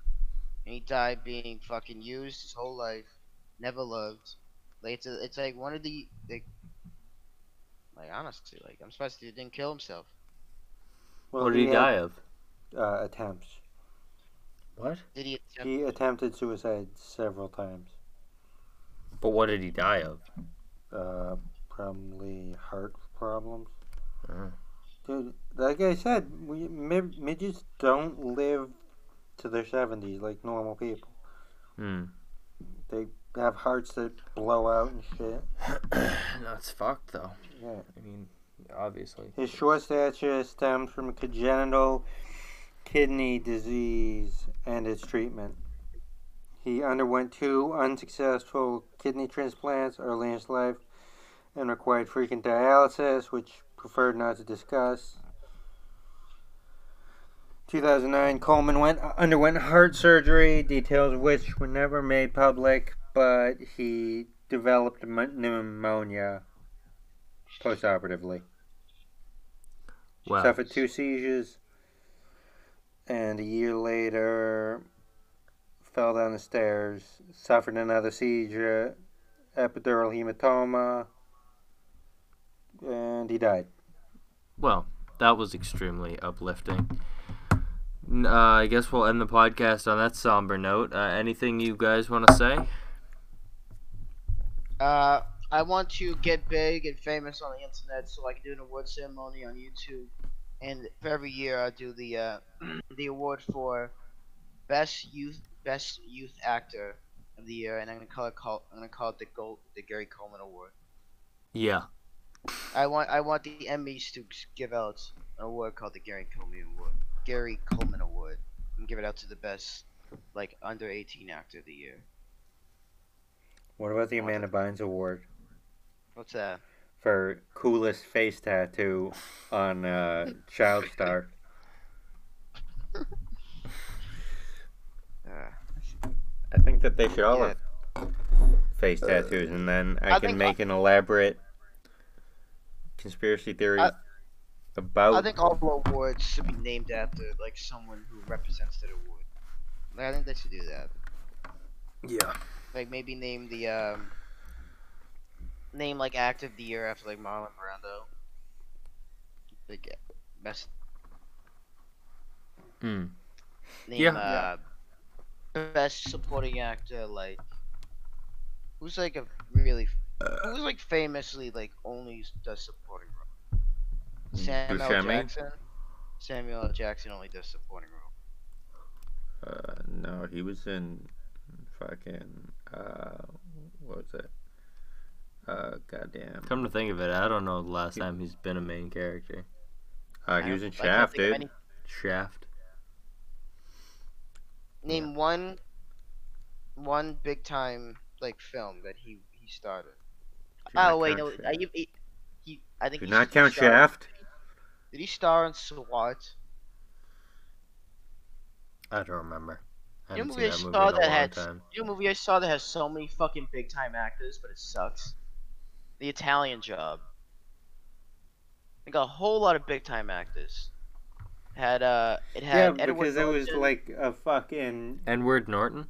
Speaker 5: and he died being fucking used his whole life, never loved. Like it's a, it's like one of the like. Like honestly, like I'm surprised he didn't kill himself.
Speaker 2: Well,
Speaker 1: what did he,
Speaker 2: had,
Speaker 1: die of?
Speaker 2: Uh, attempts.
Speaker 1: What?
Speaker 5: Did he? attempt-
Speaker 2: He attempted suicide several times.
Speaker 1: But what did he die of?
Speaker 2: Uh, probably heart problems.
Speaker 1: Oh.
Speaker 2: Dude, like I said, we, mid- midgets don't live to their seventies like normal people.
Speaker 1: Hmm.
Speaker 2: They have hearts that blow out and shit.
Speaker 1: That's fucked though.
Speaker 2: Yeah.
Speaker 1: I mean, obviously.
Speaker 2: His short stature stems from congenital kidney disease and its treatment. He underwent two unsuccessful kidney transplants early in his life and required frequent dialysis, which preferred not to discuss. 2009, Coleman went underwent heart surgery, details of which were never made public, but he developed mon- pneumonia postoperatively
Speaker 1: Well,
Speaker 2: suffered two seizures, and a year later fell down the stairs, suffered another seizure, epidural hematoma, and he died.
Speaker 1: well, that was extremely uplifting. N- Uh, I guess we'll end the podcast on that somber note. Uh, anything you guys want to say?
Speaker 5: Uh, I want to get big and famous on the internet so I can do an award ceremony on YouTube. And for every year, I do the uh, the award for best youth best youth actor of the year, and I'm gonna call it call I'm gonna call it the Gold the Gary Coleman Award.
Speaker 1: Yeah.
Speaker 5: I want I want the Emmys to give out an award called the Gary Coleman Award. Gary Coleman Award, and give it out to the best like under 18 actor of the year.
Speaker 2: What about the Amanda Bynes Award
Speaker 5: What's that?
Speaker 2: for coolest face tattoo on uh, Child Star?
Speaker 5: Uh,
Speaker 2: I think that they should all
Speaker 5: Yeah.
Speaker 2: have face tattoos, and then I,
Speaker 5: I
Speaker 2: can
Speaker 5: think-
Speaker 2: make an elaborate conspiracy theory
Speaker 5: I-
Speaker 2: about.
Speaker 5: I think all the awards should be named after like someone who represents that award. Like, I think they should do that.
Speaker 1: Yeah.
Speaker 5: Like maybe name the um name like act of the year after like Marlon Brando. Like best
Speaker 1: Hmm.
Speaker 5: name
Speaker 1: Yeah.
Speaker 5: uh best supporting actor like who's like a really who's like famously like only does supporting role. Samuel L.
Speaker 2: Buscemi?
Speaker 5: Jackson. Samuel L. Jackson only does supporting role.
Speaker 2: Uh, no, he was in fucking. Uh, what was it? Uh, goddamn.
Speaker 1: Come to think of it, I don't know the last time he's been a main character.
Speaker 2: Uh,
Speaker 5: I
Speaker 2: he was
Speaker 5: don't-
Speaker 2: in
Speaker 5: I can't
Speaker 2: Shaft,
Speaker 5: think of
Speaker 2: dude.
Speaker 5: any-
Speaker 1: Shaft.
Speaker 5: Name one, one big time like film that he he started.
Speaker 2: Do not
Speaker 5: oh wait, no,
Speaker 2: count
Speaker 5: I,
Speaker 2: Shaft.
Speaker 5: he, he, he- I think
Speaker 2: Do
Speaker 5: he
Speaker 2: not count
Speaker 5: starred-
Speaker 2: Shaft.
Speaker 5: Did he star in SWAT?
Speaker 1: I don't remember. I
Speaker 5: You
Speaker 1: haven't
Speaker 5: know,
Speaker 1: seen
Speaker 5: we
Speaker 1: that movie in a
Speaker 5: saw
Speaker 1: long
Speaker 5: that had-
Speaker 1: time.
Speaker 5: You know, a movie I saw that has so many fucking big time actors, but it sucks. The Italian Job. They got a whole lot of big time actors. Had uh, it
Speaker 2: Yeah,
Speaker 5: had Edward
Speaker 2: because it was
Speaker 5: Norton,
Speaker 2: like a fucking.
Speaker 1: Edward Norton.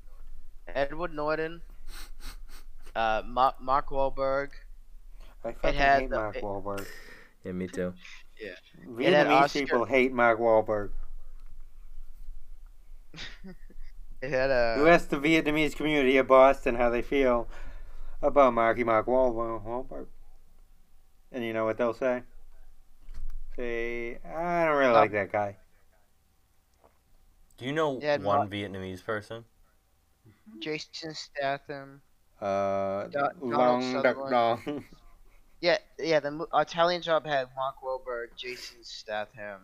Speaker 5: Edward Norton, uh, Ma- Mark Wahlberg.
Speaker 2: I fucking
Speaker 5: had
Speaker 2: hate
Speaker 5: the-
Speaker 2: Mark
Speaker 5: it-
Speaker 2: Wahlberg.
Speaker 1: Yeah, me too.
Speaker 5: it had
Speaker 2: Vietnamese
Speaker 5: Oscar-
Speaker 2: people hate Mark Wahlberg.
Speaker 5: It had uh,
Speaker 2: You ask the Vietnamese community of Boston how they feel about Marky Mark Wahlberg, Wahlberg. and you know what they'll say? Say, I don't really like that guy.
Speaker 1: Do you know
Speaker 5: Yeah,
Speaker 1: one
Speaker 5: Mar-
Speaker 1: Vietnamese person?
Speaker 5: Jason Statham.
Speaker 2: Uh,
Speaker 5: Do- Donald
Speaker 2: long duck
Speaker 5: Sutherland.
Speaker 2: dong.
Speaker 5: Yeah, yeah. The mo- Italian Job had Mark Wahlberg, Jason Statham,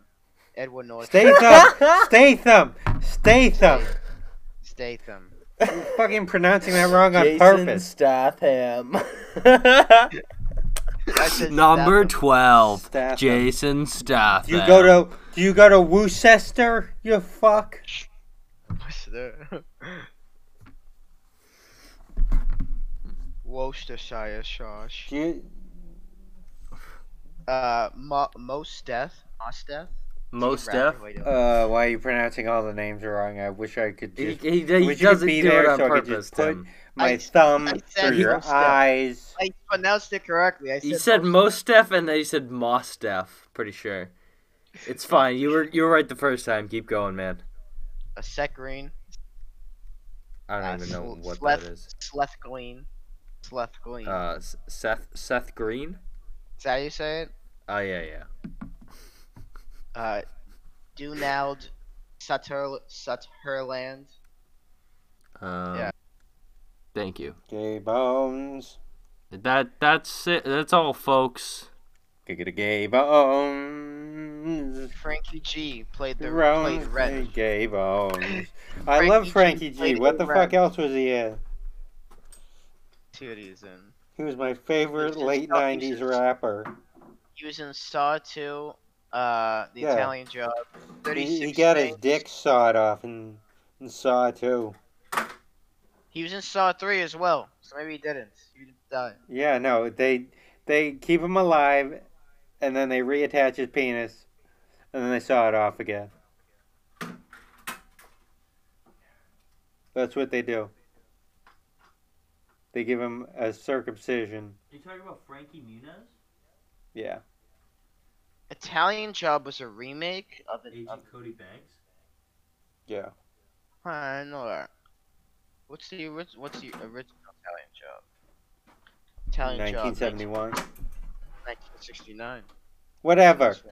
Speaker 5: Edward Norton,
Speaker 2: Statham! Statham! Statham!
Speaker 5: Statham.
Speaker 2: You're fucking pronouncing that wrong on purpose.
Speaker 1: Statham.
Speaker 5: I said
Speaker 1: Number
Speaker 5: Statham.
Speaker 1: twelve.
Speaker 2: Statham.
Speaker 1: Jason Statham.
Speaker 2: Do you go to Do you go to Worcester? You fuck.
Speaker 5: Worcester. Worcestershire sauce.
Speaker 2: Do you,
Speaker 5: Uh, Mo- most death. Most death.
Speaker 1: most deaf?
Speaker 2: uh, why are you pronouncing all the names wrong? I wish I could
Speaker 1: He,
Speaker 2: just
Speaker 1: he, he
Speaker 2: Would you
Speaker 1: doesn't
Speaker 2: be
Speaker 1: do it
Speaker 2: there
Speaker 1: on
Speaker 2: so I could
Speaker 1: purpose.
Speaker 2: just put-
Speaker 1: Tim.
Speaker 2: my
Speaker 5: I-
Speaker 2: thumb
Speaker 5: I said
Speaker 2: through your
Speaker 5: most deaf.
Speaker 2: eyes.
Speaker 5: I pronounced it correctly. I said
Speaker 1: He said
Speaker 5: most-
Speaker 1: most deaf, and then he said Moss deaf. Pretty sure. It's fine. You were you were right the first time. Keep going, man.
Speaker 5: a sec green.
Speaker 1: I don't
Speaker 5: Uh,
Speaker 1: even know
Speaker 5: sl-
Speaker 1: what
Speaker 5: sleth,
Speaker 1: that is.
Speaker 5: Sleth Green. Sleth Green.
Speaker 1: Uh, S- Seth Seth Green.
Speaker 5: Is that how you say it?
Speaker 1: Oh yeah yeah.
Speaker 5: Uh, Dunald Sutter Sutherland.
Speaker 1: Um,
Speaker 5: Yeah.
Speaker 1: Thank you.
Speaker 2: Gay bones.
Speaker 1: That that's it. That's all, folks.
Speaker 2: Giggity gay bones.
Speaker 5: Frankie G played the played
Speaker 2: Round
Speaker 5: Red.
Speaker 2: gay bones. I
Speaker 5: Frankie
Speaker 2: love
Speaker 5: G
Speaker 2: Frankie G.
Speaker 5: played
Speaker 2: What the
Speaker 5: Red.
Speaker 2: fuck else was he in?
Speaker 5: Titties in.
Speaker 2: He was my favorite
Speaker 5: He was
Speaker 2: late
Speaker 5: just-
Speaker 2: '90s rapper.
Speaker 5: He was in Saw 2, uh, The
Speaker 2: Yeah.
Speaker 5: Italian Job.
Speaker 2: He,
Speaker 5: 36
Speaker 2: he got his
Speaker 5: Things.
Speaker 2: dick sawed off and, and saw too.
Speaker 5: He was in Saw 3 as well, so maybe he didn't. He didn't die.
Speaker 2: Yeah, no, they they keep him alive, and then they reattach his penis, and then they saw it off again. That's what they do. They give him a circumcision.
Speaker 1: Are you talking about Frankie Muniz?
Speaker 2: Yeah.
Speaker 5: Italian Job was a remake of it. Of,
Speaker 1: Cody Banks.
Speaker 2: Yeah.
Speaker 5: I know that. What's the, orig- what's the original Italian Job? Italian Job,
Speaker 2: 1971.
Speaker 5: 1969.
Speaker 2: Whatever.